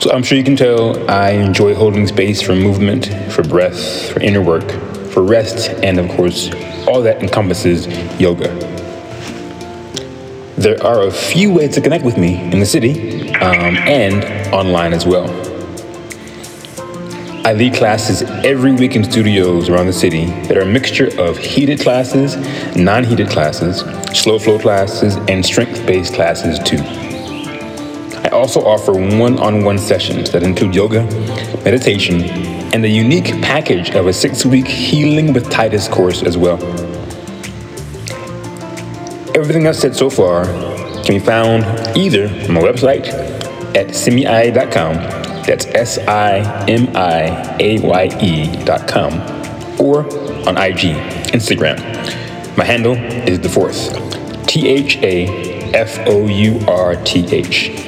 Speaker 2: So I'm sure you can tell I enjoy holding space for movement, for breath, for inner work, for rest, and of course, all that encompasses yoga. There are a few ways to connect with me in the city um, and online as well. I lead classes every week in studios around the city that are a mixture of heated classes, non heated classes, slow flow classes, and strength based classes too. I also offer one on one sessions that include yoga, meditation, and a unique package of a six week Healing with Titus course as well. Everything I've said so far can be found either on my website at simiai.com, that's S I M I A Y E.com, or on IG, Instagram. My handle is the fourth, T H A F O U R T H.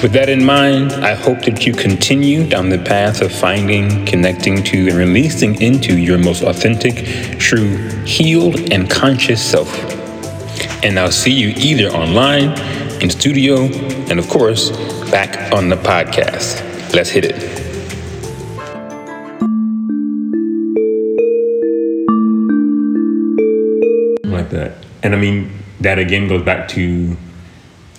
Speaker 2: With that in mind, I hope that you continue down the path of finding, connecting to, and releasing into your most authentic, true, healed, and conscious self. And I'll see you either online, in studio, and of course, back on the podcast. Let's hit it. like that. And I mean, that again goes back to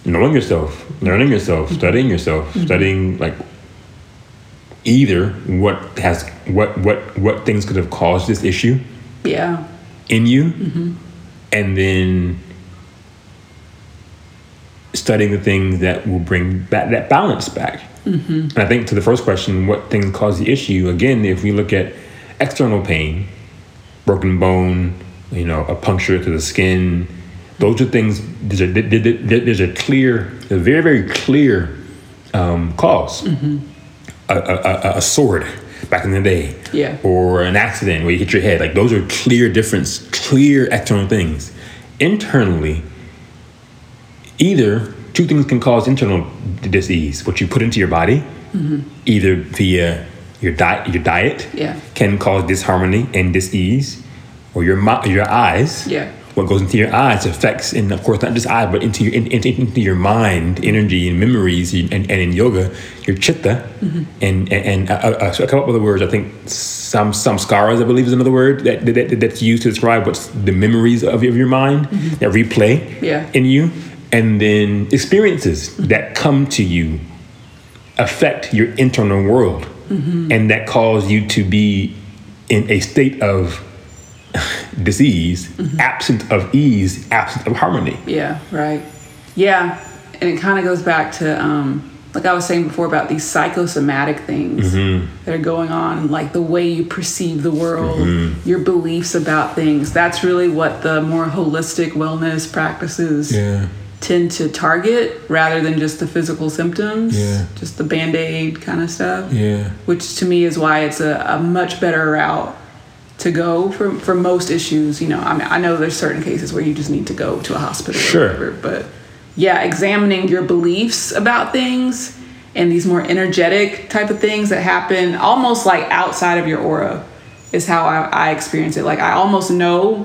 Speaker 2: knowing yourself, learning yourself, studying yourself, studying like either what has what what what things could have caused this issue
Speaker 3: Yeah,
Speaker 2: in you, and then studying the things that will bring that that balance back. And I think to the first question, what things cause the issue? Again, if we look at external pain, broken bone, you know, a puncture to the skin, those are things. There's a there- there- there- there's a clear, a very very clear um, because A, a, a, a sword back in the day,
Speaker 3: Yeah.
Speaker 2: or an accident where you hit your head. Like those are clear difference, clear external things. Internally, either two things can cause internal d- disease. What you put into your body, either via your diet, your diet,
Speaker 3: Mm-hmm. Yeah.
Speaker 2: can cause disharmony and disease, or your mou- your eyes,
Speaker 3: Yeah.
Speaker 2: what goes into your eyes affects, and of course, not just eyes, but into your in, in- into your mind, energy, and memories, and, and in yoga, your chitta, and and, and uh, uh, so a couple other words. I think some samskaras, I believe, is another word that, that that's used to describe what's the memories of, of your mind that replay
Speaker 3: Yeah.
Speaker 2: in you, and then experiences that come to you affect your internal world and that cause you to be in a state of disease absent of ease absent of harmony
Speaker 3: Yeah, right. Yeah, and it kind of goes back to um, like I was saying before about these psychosomatic things
Speaker 2: Mm-hmm.
Speaker 3: that are going on, like the way you perceive the world,
Speaker 2: Mm-hmm.
Speaker 3: your beliefs about things. That's really what the more holistic wellness practices
Speaker 2: Yeah.
Speaker 3: tend to target, rather than just the physical symptoms,
Speaker 2: Yeah.
Speaker 3: just the band aid kind of stuff.
Speaker 2: Yeah.
Speaker 3: which to me is why it's a, a much better route to go for, for most issues. You know, I mean, I know there's certain cases where you just need to go to a hospital
Speaker 2: Sure.
Speaker 3: or whatever, but yeah, examining your beliefs about things and these more energetic type of things that happen almost like outside of your aura is how I, I experience it. Like I almost know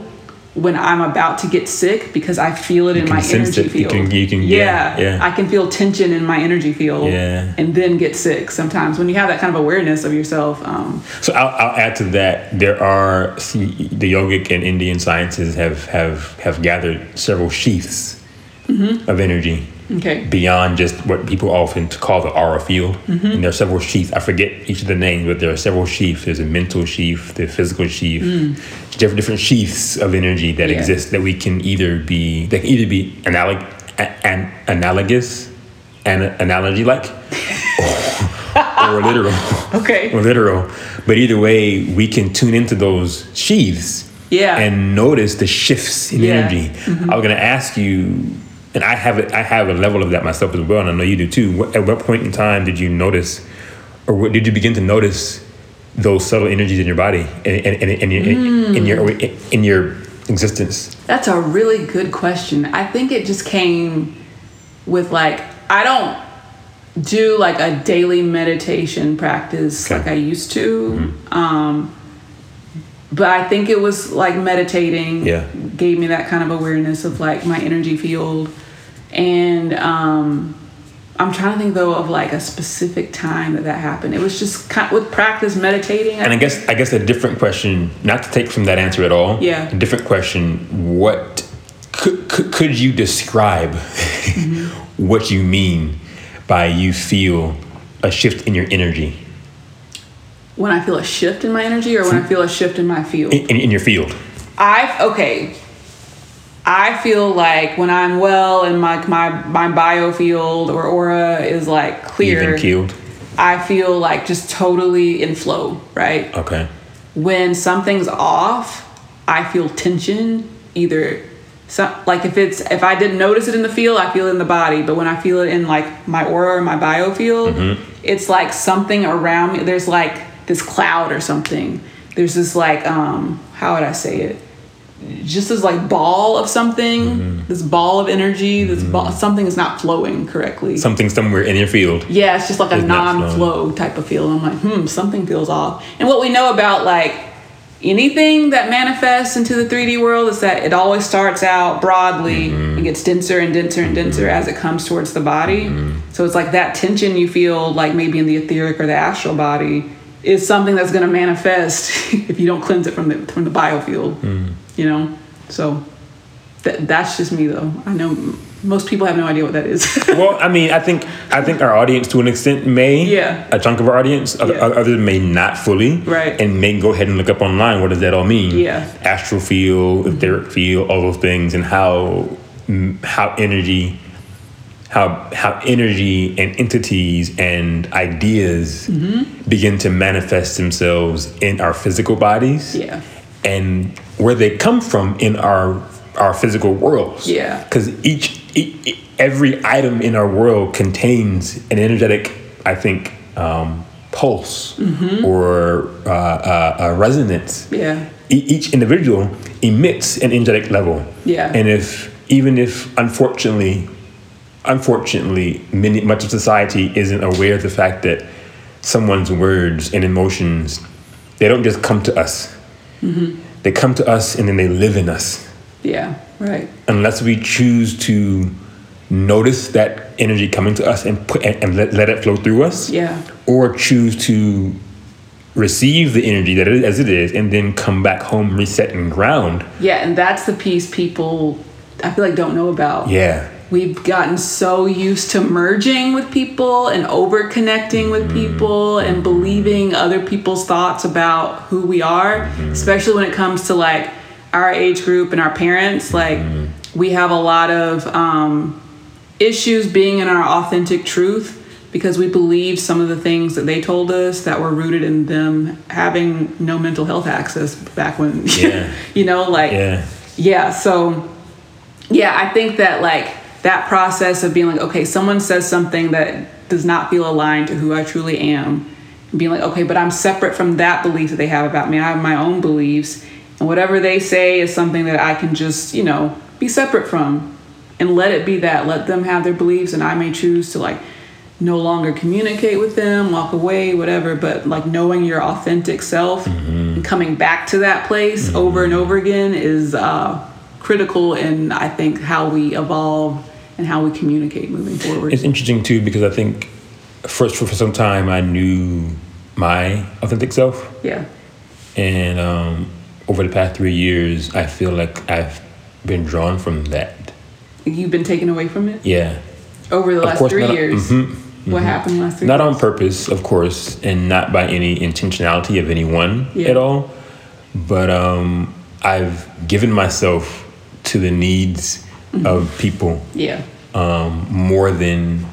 Speaker 3: when I'm about to get sick because I feel it in
Speaker 2: can
Speaker 3: my
Speaker 2: sense
Speaker 3: energy
Speaker 2: it. You
Speaker 3: field.
Speaker 2: can- you can- yeah, yeah.
Speaker 3: I can feel tension in my energy field
Speaker 2: Yeah.
Speaker 3: and then get sick sometimes when you have that kind of awareness of yourself um,
Speaker 2: So I'll, I'll add to that. There are see, the yogic and Indian sciences have have have gathered several sheaths of energy
Speaker 3: Okay.
Speaker 2: beyond just what people often call the aura field. And there are several sheaths. I forget each of the names, but there are several sheaths. There's a mental sheath, the physical sheath, different different sheaths of energy that
Speaker 3: Yeah.
Speaker 2: exist that we can either be that can either be analog and analogous and analogy like or literal or
Speaker 3: okay
Speaker 2: literal. But either way, we can tune into those sheaths
Speaker 3: Yeah.
Speaker 2: and notice the shifts in
Speaker 3: Yeah. Mm-hmm.
Speaker 2: energy. I was going to ask you, and I have a, I have a level of that myself as well, and I know you do too. What, at what point in time did you notice, or what, did you begin to notice those subtle energies in your body and, and, and, and, in, in your in your existence?
Speaker 3: that's a really good question i think it just came with like i don't do like a daily meditation practice
Speaker 2: Okay. Mm-hmm.
Speaker 3: like i used to um, but i think it was like meditating
Speaker 2: Yeah.
Speaker 3: gave me that kind of awareness of like my energy field and um, i'm trying to think though of like a specific time that that happened it was just kind with practice meditating
Speaker 2: And I guess I guess a different question, not to take from that answer at all.
Speaker 3: Yeah.
Speaker 2: A different question: What could could, could you describe what you mean by you feel a shift in your energy
Speaker 3: when I feel a shift in my energy or when
Speaker 2: Hmm?
Speaker 3: I feel a shift in my field?
Speaker 2: in, in, in your field?
Speaker 3: I okay. I feel like when I'm well and like my my biofield or aura is like
Speaker 2: Even
Speaker 3: clear,
Speaker 2: keeled.
Speaker 3: I feel like just totally in flow, right?
Speaker 2: Okay.
Speaker 3: when something's off, I feel tension either some like if it's if I didn't notice it in the field, I feel it in the body, but when I feel it in like my aura or my biofield, it's like something around me. There's like this cloud or something. There's this like um how would I say it? Just this like ball of something, this ball of energy, this ball something is not flowing correctly.
Speaker 2: Something somewhere in your field.
Speaker 3: Yeah, it's just like a
Speaker 2: It's not flowing.
Speaker 3: non-flow type of feel. I'm like, hmm, something feels off. And what we know about like anything that manifests into the 3D world is that it always starts out broadly and gets denser and denser and denser as it comes towards the body. So it's like that tension you feel like maybe in the etheric or the astral body is something that's going to manifest if you don't cleanse it from the from the biofield. You know, so th- that's just me though. I know m- most people have no idea what that is.
Speaker 2: well, I mean, I think I think our audience to an extent may
Speaker 3: Yeah.
Speaker 2: a chunk of our audience, oth-
Speaker 3: Yeah.
Speaker 2: others may not fully,
Speaker 3: Right.
Speaker 2: and may go ahead and look up online. What does that all mean?
Speaker 3: Yeah.
Speaker 2: astral field, etheric field, all those things, and how mm, how energy, how how energy and entities and ideas
Speaker 3: Mm-hmm.
Speaker 2: begin to manifest themselves in our physical bodies
Speaker 3: Yeah.
Speaker 2: and where they come from in our our physical worlds.
Speaker 3: Yeah.
Speaker 2: because each e- e- every item in our world contains an energetic, I think, um, pulse or uh, uh, a resonance.
Speaker 3: Mm-hmm. yeah.
Speaker 2: E- each individual emits an energetic level.
Speaker 3: Yeah.
Speaker 2: and if even if unfortunately unfortunately, many much of society isn't aware of the fact that someone's words and
Speaker 3: Mm-hmm.
Speaker 2: emotions they don't just come to us. They come to us and then they live in us.
Speaker 3: Yeah, right.
Speaker 2: unless we choose to notice that energy coming to us and put and, and let, let it flow through us
Speaker 3: Yeah.
Speaker 2: or choose to receive the energy that it is, as it is and then come back home reset and ground
Speaker 3: Yeah, and that's the piece people I feel like don't know about.
Speaker 2: yeah
Speaker 3: We've gotten so used to merging with people and over connecting with
Speaker 2: Mm-hmm.
Speaker 3: people and believing other people's thoughts about who we are, especially when it comes to like our age group and our parents. Like,
Speaker 2: Mm-hmm.
Speaker 3: we have a lot of um, issues being in our authentic truth because we believe some of the things that they told us that were rooted in them having no mental health access back when,
Speaker 2: Yeah.
Speaker 3: you know, like,
Speaker 2: yeah
Speaker 3: yeah so yeah i think that like that process of being like okay someone says something that does not feel aligned to who i truly am and being like okay but i'm separate from that belief that they have about me i have my own beliefs and whatever they say is something that i can just you know be separate from and let it be that let them have their beliefs and i may choose to like no longer communicate with them walk away whatever but like knowing your authentic self and coming back to that place over and over again is uh, critical in i think how we evolve and how we communicate moving forward
Speaker 2: it's interesting too because i think first for, for some time i knew my authentic self
Speaker 3: yeah
Speaker 2: And um, over the past three years, I feel like I've been drawn from that.
Speaker 3: you've been taken away from it
Speaker 2: Yeah.
Speaker 3: over the last
Speaker 2: course,
Speaker 3: three
Speaker 2: not- Mm-hmm.
Speaker 3: years what happened last three
Speaker 2: Not
Speaker 3: years?
Speaker 2: on purpose, of course, and not by any intentionality of anyone
Speaker 3: Yeah.
Speaker 2: at all. But um, I've given myself to the needs of people
Speaker 3: yeah
Speaker 2: um, more than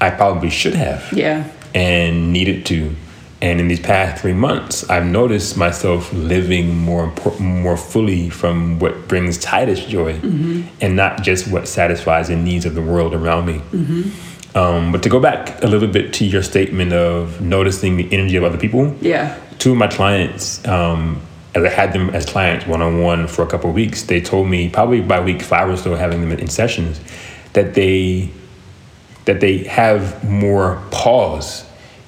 Speaker 2: I probably should have.
Speaker 3: yeah
Speaker 2: and needed to. And in these past three months, I've noticed myself living more impor- more fully from what brings Titus joy, and not just what satisfies the needs of the world around me. Um, but to go back a little bit to your statement of noticing the energy of other people,
Speaker 3: yeah
Speaker 2: two of my clients, um, as I had them as clients one on one for a couple of weeks, they told me probably by week five or so, having them in sessions, that they that they have more pause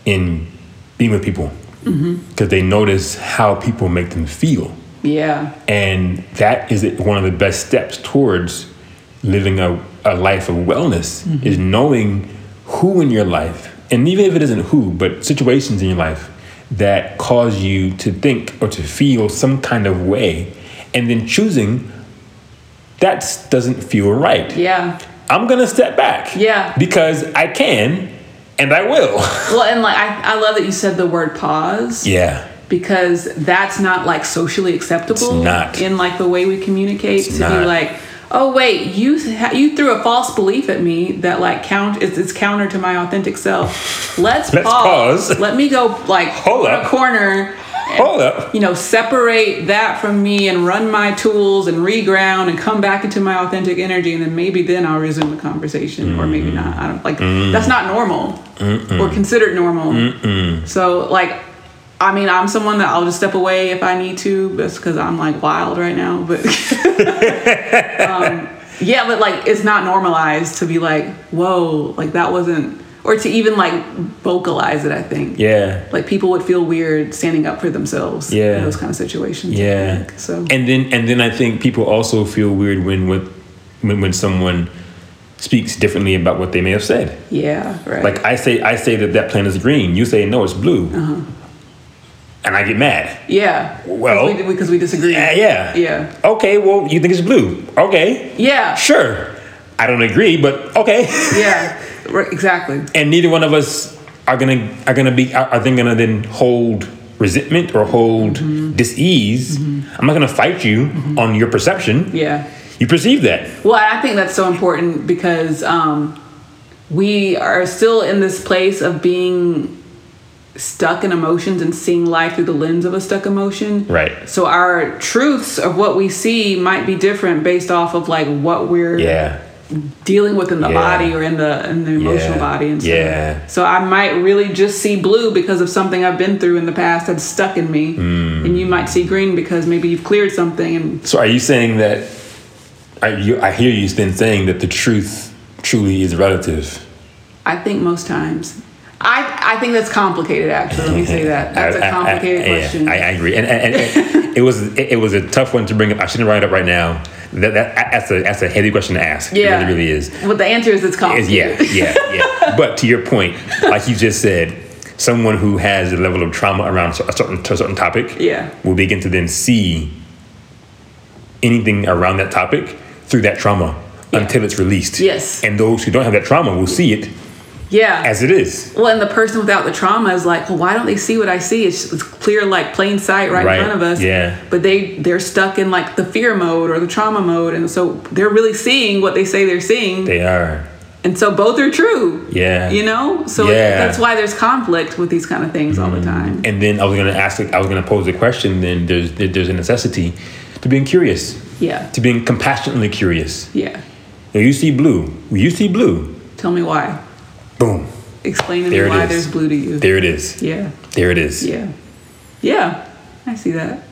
Speaker 2: in being with people because they notice how people make them feel,
Speaker 3: yeah
Speaker 2: and that is one of the best steps towards living a, a life of wellness
Speaker 3: Mm-hmm.
Speaker 2: is knowing who in your life, and even if it isn't who, but situations in your life that cause you to think or to feel some kind of way, and then choosing that doesn't feel right.
Speaker 3: yeah
Speaker 2: I'm gonna step back.
Speaker 3: Yeah.
Speaker 2: Because I can and I will.
Speaker 3: well and like I, I love that you said the word pause
Speaker 2: yeah.
Speaker 3: because that's not like socially acceptable
Speaker 2: It's not.
Speaker 3: in like the way we communicate to
Speaker 2: not.
Speaker 3: be like oh wait you you threw a false belief at me that like count it's, it's counter to my authentic self let's,
Speaker 2: Let's pause.
Speaker 3: let me go like
Speaker 2: Hold
Speaker 3: in
Speaker 2: up.
Speaker 3: a corner
Speaker 2: Hold up.
Speaker 3: you know separate that from me and run my tools and reground and come back into my authentic energy and then maybe then i'll resume the conversation or maybe not i don't like that's not normal or considered normal so like i mean i'm someone that i'll just step away if i need to just because i'm like wild right now but um, yeah, but like it's not normalized to be like, whoa, like that wasn't, or to even like vocalize it. I think.
Speaker 2: Yeah.
Speaker 3: Like people would feel weird standing up for themselves.
Speaker 2: Yeah.
Speaker 3: In those kind of situations. I
Speaker 2: Yeah.
Speaker 3: think. So.
Speaker 2: And then and then I think people also feel weird when with when, when someone speaks differently about what they may have said.
Speaker 3: yeah. Right.
Speaker 2: Like I say I say that that plant is green. You say no, it's blue.
Speaker 3: Uh-huh.
Speaker 2: And I get mad.
Speaker 3: yeah.
Speaker 2: Well-
Speaker 3: Because we, because we disagree.
Speaker 2: Yeah, yeah.
Speaker 3: Yeah.
Speaker 2: Okay, well, you think it's blue. Okay.
Speaker 3: Yeah.
Speaker 2: Sure. I don't agree, but okay.
Speaker 3: Yeah. Right, exactly.
Speaker 2: and neither one of us are gonna are gonna be are, are then gonna then hold resentment or hold
Speaker 3: Mm-hmm.
Speaker 2: dis-ease i'm not gonna fight you on your perception
Speaker 3: Yeah.
Speaker 2: you perceive that
Speaker 3: Well, I think that's so important because um, we are still in this place of being stuck in emotions and seeing life through the lens of a stuck emotion.
Speaker 2: Right.
Speaker 3: So our truths of what we see might be different based off of like what we're
Speaker 2: yeah
Speaker 3: dealing with in the
Speaker 2: Yeah.
Speaker 3: body or in the in the emotional
Speaker 2: Yeah.
Speaker 3: body and stuff.
Speaker 2: Yeah.
Speaker 3: So I might really just see blue because of something I've been through in the past that's stuck in me.
Speaker 2: Mm.
Speaker 3: And you might see green because maybe you've cleared something and
Speaker 2: so are you saying that are you i hear you then saying that the truth truly is relative
Speaker 3: I think most times. I, I think that's complicated. Actually, let me say that. That's
Speaker 2: I- I-
Speaker 3: a
Speaker 2: I-
Speaker 3: complicated
Speaker 2: yeah,
Speaker 3: question.
Speaker 2: I, I agree, and, and, and it was it, it was a tough one to bring up. I shouldn't write it up right now. That, that that's a that's a heavy question to ask.
Speaker 3: yeah,
Speaker 2: it really, really is.
Speaker 3: But the answer is it's
Speaker 2: Is-
Speaker 3: complicated.
Speaker 2: yeah, yeah, yeah. but to your point, like you just said, someone who has a level of trauma around a certain to a certain topic,
Speaker 3: Yeah.
Speaker 2: will begin to then see anything around that topic through that trauma until it's released.
Speaker 3: Yes.
Speaker 2: and those who don't have that trauma will see it
Speaker 3: yeah.
Speaker 2: as it is.
Speaker 3: well, and the person without the trauma is like, well, why don't they see what I see? It's, it's clear, like plain sight, right,
Speaker 2: Right,
Speaker 3: in front of us.
Speaker 2: yeah.
Speaker 3: But they they're stuck in like the fear mode or the trauma mode, and so they're really seeing what they say they're seeing,
Speaker 2: They are.
Speaker 3: and so both are true.
Speaker 2: Yeah.
Speaker 3: You know, so
Speaker 2: Yeah. Mm.
Speaker 3: that's why there's conflict with these kind of things all the time.
Speaker 2: And then I was gonna ask, I was gonna pose the question. Then there's there's a necessity to being curious,
Speaker 3: Yeah.
Speaker 2: to being compassionately curious.
Speaker 3: Yeah.
Speaker 2: You, know, you see blue, you see blue,
Speaker 3: Tell me why.
Speaker 2: boom,
Speaker 3: Explain to
Speaker 2: There it
Speaker 3: me why
Speaker 2: is.
Speaker 3: there's blue to you.
Speaker 2: there it is,
Speaker 3: Yeah.
Speaker 2: there it is.
Speaker 3: Yeah. Yeah. I see that.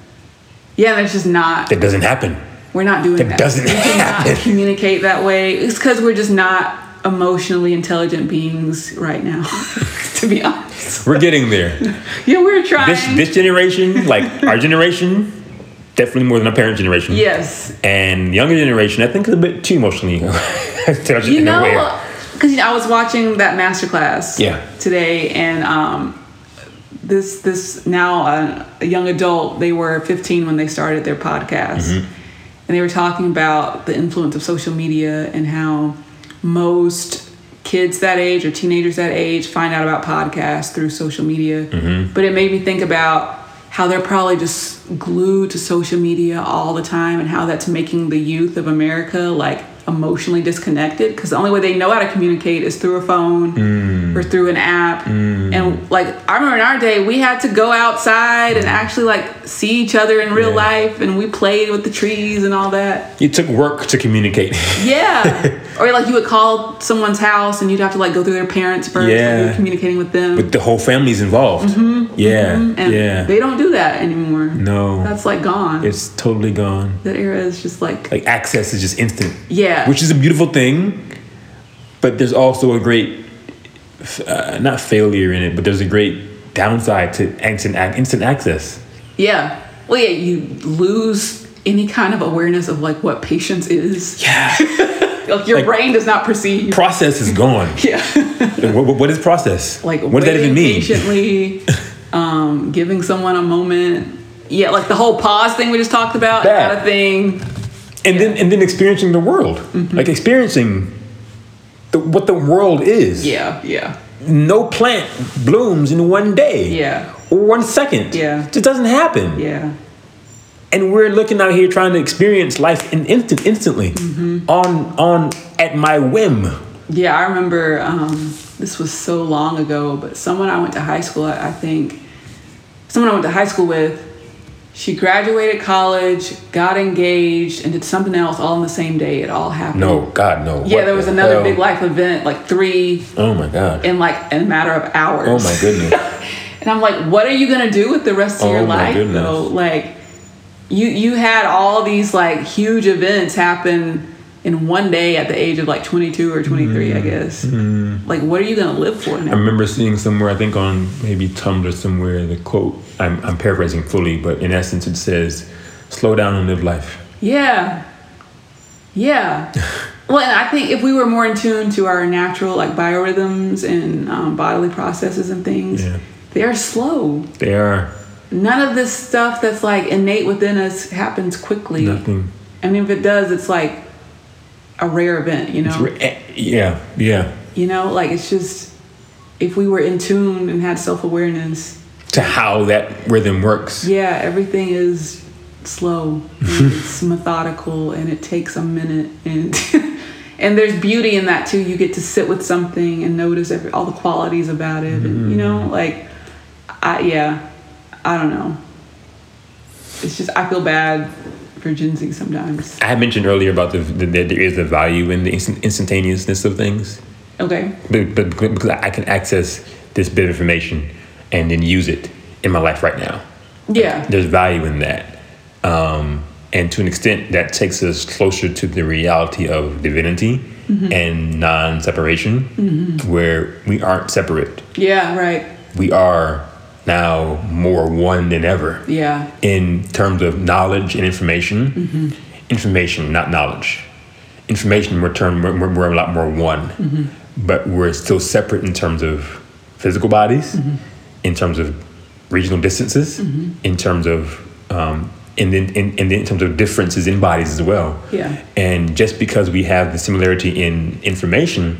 Speaker 3: Yeah, that's just not.
Speaker 2: That doesn't happen.
Speaker 3: We're not doing that.
Speaker 2: That doesn't
Speaker 3: we cannot
Speaker 2: happen.
Speaker 3: communicate that way. It's because we're just not emotionally intelligent beings right now. to be honest.
Speaker 2: We're getting there.
Speaker 3: Yeah, we're trying.
Speaker 2: This this generation, like our generation, definitely more than our parents' generation.
Speaker 3: yes.
Speaker 2: And the younger generation, I think, is a bit too emotionally intelligent
Speaker 3: You
Speaker 2: and
Speaker 3: know,
Speaker 2: aware.
Speaker 3: because you know, I was watching that masterclass
Speaker 2: Yeah.
Speaker 3: today, and um, this this now uh, a young adult. They were 15 when they started their podcast, and they were talking about the influence of social media and how most kids that age or teenagers that age find out about podcasts through social media. But it made me think about how they're probably just glued to social media all the time and how that's making the youth of America like emotionally disconnected because the only way they know how to communicate is through a phone or through an app
Speaker 2: Mm.
Speaker 3: and like i remember in our day we had to go outside and actually like see each other in
Speaker 2: Mm.
Speaker 3: real
Speaker 2: Yeah.
Speaker 3: life and we played with the trees and all that
Speaker 2: It took work to communicate.
Speaker 3: yeah or like you would call someone's house and you'd have to like go through their parents first yeah.
Speaker 2: Yeah.
Speaker 3: you're communicating with them
Speaker 2: but the whole family's involved. Yeah,
Speaker 3: Mm-hmm, and
Speaker 2: yeah.
Speaker 3: they don't do that anymore
Speaker 2: no,
Speaker 3: that's like gone
Speaker 2: It's totally gone.
Speaker 3: that era is just like
Speaker 2: Like access is just instant.
Speaker 3: Yeah.
Speaker 2: Which is a beautiful thing, but there's also a great, uh, not failure in it, but there's a great downside to instant ac- instant access.
Speaker 3: Yeah. Well, yeah, you lose any kind of awareness of like what patience is.
Speaker 2: Yeah.
Speaker 3: Like your
Speaker 2: Like-
Speaker 3: brain does not perceive.
Speaker 2: process is gone.
Speaker 3: yeah.
Speaker 2: Like, what, what- what is process?
Speaker 3: like
Speaker 2: what does that even
Speaker 3: waiting
Speaker 2: mean?
Speaker 3: Patiently, um, giving someone a moment. Yeah, like the whole pause thing we just talked about.
Speaker 2: That.
Speaker 3: That a thing.
Speaker 2: And then and then experiencing the world,
Speaker 3: Mm-hmm.
Speaker 2: like experiencing. The, what the world is.
Speaker 3: Yeah. Yeah.
Speaker 2: No plant blooms in one day.
Speaker 3: Yeah.
Speaker 2: Or one second.
Speaker 3: Yeah.
Speaker 2: It just doesn't happen.
Speaker 3: Yeah.
Speaker 2: and we're looking out here trying to experience life in instant instantly Mm-hmm. on on at my whim
Speaker 3: Yeah, I remember um, this was so long ago, but someone I went to high school, I I think, someone I went to high school with, she graduated college, got engaged, and did something else all on the same day. It all happened.
Speaker 2: no god no
Speaker 3: Yeah,
Speaker 2: What
Speaker 3: there was
Speaker 2: the
Speaker 3: another
Speaker 2: hell?
Speaker 3: big life event, like three
Speaker 2: oh my god
Speaker 3: in like a matter of hours.
Speaker 2: oh my goodness
Speaker 3: And I'm like, what are you gonna do with the rest of
Speaker 2: Oh
Speaker 3: your
Speaker 2: my
Speaker 3: life
Speaker 2: goodness.
Speaker 3: though? Like you you had all these like huge events happen in one day at the age of like 22 or 23,
Speaker 2: Mm-hmm.
Speaker 3: I guess. Like what are you gonna live for
Speaker 2: i
Speaker 3: now?
Speaker 2: remember seeing somewhere i think on maybe tumblr somewhere the quote i'm, I'm paraphrasing fully but in essence it says slow down and live life
Speaker 3: Yeah. Yeah. well, and I think if we were more in tune to our natural like biorhythms and um, bodily processes and things,
Speaker 2: Yeah.
Speaker 3: they are slow.
Speaker 2: they are
Speaker 3: None of this stuff that's like innate within us happens quickly.
Speaker 2: nothing
Speaker 3: I mean, if it does, it's like a rare event, you know.
Speaker 2: Re- eh, yeah yeah
Speaker 3: You know, like it's just if we were in tune and had self awareness,
Speaker 2: to how that rhythm works
Speaker 3: yeah, everything is slow, and it's methodical, and it takes a minute, and and there's beauty in that too. You get to sit with something and notice every, all the qualities about it, and you know, like I yeah, I don't know. It's just I feel bad for Gen Z sometimes.
Speaker 2: i had mentioned earlier about the, the that there is the value in the instant, instantaneousness of things
Speaker 3: Okay,
Speaker 2: but, but because I can access this bit of information and then use it in my life right now.
Speaker 3: yeah,
Speaker 2: There's value in that. Um, And to an extent, that takes us closer to the reality of divinity and non separation, where we aren't separate.
Speaker 3: Yeah, right.
Speaker 2: We are now more one than ever
Speaker 3: Yeah.
Speaker 2: in terms of knowledge and information. Information, not knowledge. Information, we're, term, we're, we're- we're a lot more one, but we're still separate in terms of physical bodies, in terms of regional distances, in terms of um, and then and, and then in terms of differences in bodies as well.
Speaker 3: Yeah.
Speaker 2: And just because we have the similarity in information,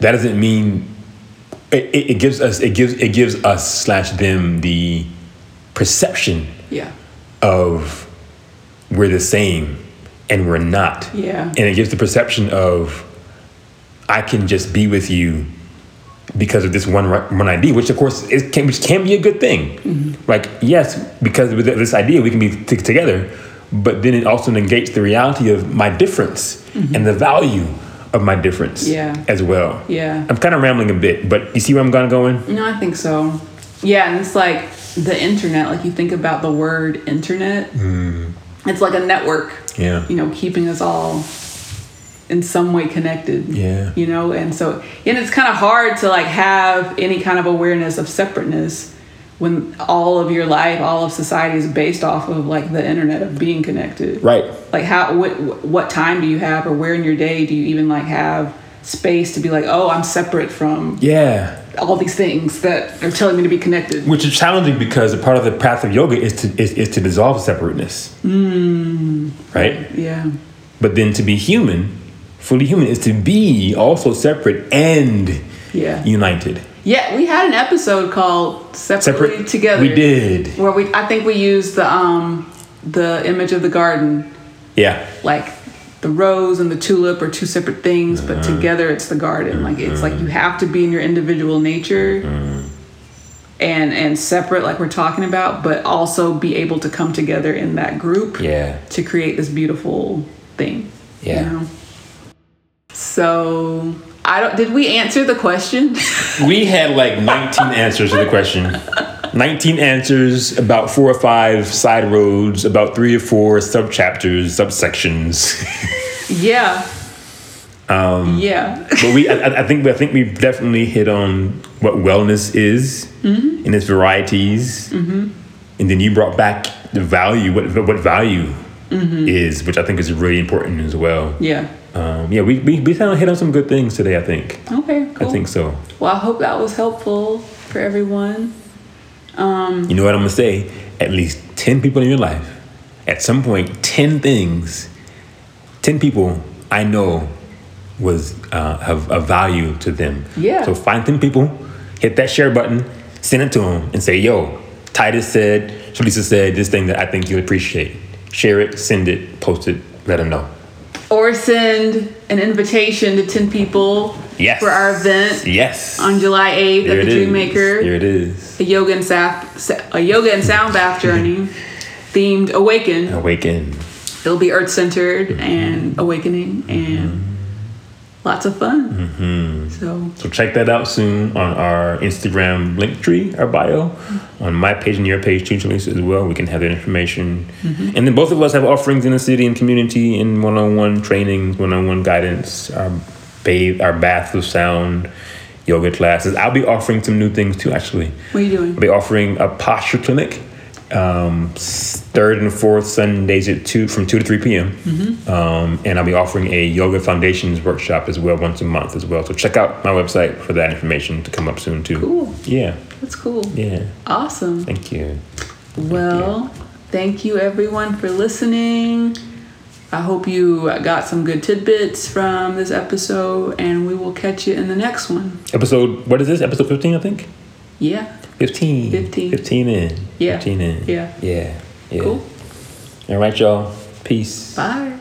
Speaker 2: that doesn't mean it, it, it gives us it gives it gives us slash them the perception
Speaker 3: Yeah.
Speaker 2: of we're the same and we're not.
Speaker 3: Yeah.
Speaker 2: And it gives the perception of I can just be with you because of this one ri- one idea, which of course is can, which can be a good thing.
Speaker 3: Mm-hmm.
Speaker 2: Like yes, because with this idea we can be t- together, but then it also negates the reality of my difference and the value of my difference
Speaker 3: Mm-hmm. Yeah.
Speaker 2: as well.
Speaker 3: Yeah.
Speaker 2: I'm kind of rambling a bit, but you see where I'm gonna go in.
Speaker 3: No, I think so. Yeah, and it's like the internet, like you think about the word internet, it's like a network.
Speaker 2: Mm. Yeah.
Speaker 3: You know, keeping us all in some way connected.
Speaker 2: Yeah.
Speaker 3: You know, and so and it's kind of hard to like have any kind of awareness of separateness when all of your life, all of society is based off of like the internet of being connected.
Speaker 2: Right.
Speaker 3: Like how what what time do you have or where in your day do you even like have space to be like, "Oh, I'm separate from
Speaker 2: Yeah.
Speaker 3: all these things that are telling me to be connected.
Speaker 2: which is challenging because a part of the path of yoga is to is, is to dissolve separateness
Speaker 3: Hmm.
Speaker 2: right
Speaker 3: Yeah.
Speaker 2: but then to be human fully human is to be also separate and
Speaker 3: Yeah.
Speaker 2: united
Speaker 3: Yeah, we had an episode called Separately
Speaker 2: separate
Speaker 3: Together.
Speaker 2: we did
Speaker 3: Where we I think we used the um the image of the garden.
Speaker 2: yeah
Speaker 3: Like the rose and the tulip are two separate things, but
Speaker 2: Uh-huh.
Speaker 3: together it's the garden. Like it's like you have to be in your individual nature.
Speaker 2: Uh-huh.
Speaker 3: And, and separate like we're talking about but also be able to come together in that group
Speaker 2: yeah
Speaker 3: to create this beautiful thing. you
Speaker 2: Yeah.
Speaker 3: know? So I don't. Did we answer the question?
Speaker 2: we had like 19 answers to the question 19 answers about four or five side roads about three or four sub chapters subsections
Speaker 3: yeah. Um, yeah.
Speaker 2: but we, I, I- I think, I think we've definitely hit on what wellness is
Speaker 3: Mm-hmm.
Speaker 2: and its varieties, and then you brought back the value, what what value is, which I think is really important as well.
Speaker 3: Mm-hmm. yeah.
Speaker 2: Um, yeah, we we we kind of hit on some good things today. I think.
Speaker 3: Okay. Cool.
Speaker 2: I think so.
Speaker 3: Well, I hope that was helpful for everyone.
Speaker 2: You know what I'm gonna say? At least ten people in your life, at some point, ten things, ten people I know was uh, have a value to them.
Speaker 3: Yeah.
Speaker 2: So find ten people, hit that share button, send it to them, and say, "Yo, Titus said, Shalisa said this thing that I think you'll appreciate. Share it, send it, post it, let them know."
Speaker 3: Or send an invitation to ten people
Speaker 2: Yes.
Speaker 3: for our event
Speaker 2: Yes.
Speaker 3: on July eighth
Speaker 2: Here
Speaker 3: at
Speaker 2: it
Speaker 3: the
Speaker 2: is.
Speaker 3: Dream Maker.
Speaker 2: Here it is.
Speaker 3: a yoga and saf- sa- a yoga and sound bath journey themed awaken.
Speaker 2: Awaken.
Speaker 3: it'll be earth centered and awakening and lots of fun.
Speaker 2: Mm-hmm.
Speaker 3: So
Speaker 2: So check that out soon on our Instagram link tree, our bio, on my page and your page, too, links as well. We can have that information. And then both of us have offerings in the city and community in one-on-one trainings, one-on-one guidance, our bathe, our bath of sound, yoga classes. I'll be offering some new things too, actually.
Speaker 3: what are you doing?
Speaker 2: I'll be offering a posture clinic, um, s- third and fourth Sundays at two from two to three p.m.
Speaker 3: Mm-hmm.
Speaker 2: Um, and I'll be offering a yoga foundations workshop as well once a month as well. So check out my website for that information to come up soon too.
Speaker 3: Cool.
Speaker 2: Yeah,
Speaker 3: That's cool.
Speaker 2: yeah.
Speaker 3: Awesome.
Speaker 2: Thank you.
Speaker 3: Well, thank you everyone for listening. I hope you got some good tidbits from this episode, and we will catch you in the next one.
Speaker 2: Episode what is this? Episode fifteen, I think.
Speaker 3: Yeah.
Speaker 2: Fifteen.
Speaker 3: 15.
Speaker 2: Fifteen in.
Speaker 3: Yeah.
Speaker 2: Fifteen in.
Speaker 3: Yeah.
Speaker 2: Yeah. Yeah.
Speaker 3: Cool.
Speaker 2: All right, y'all. Peace.
Speaker 3: Bye.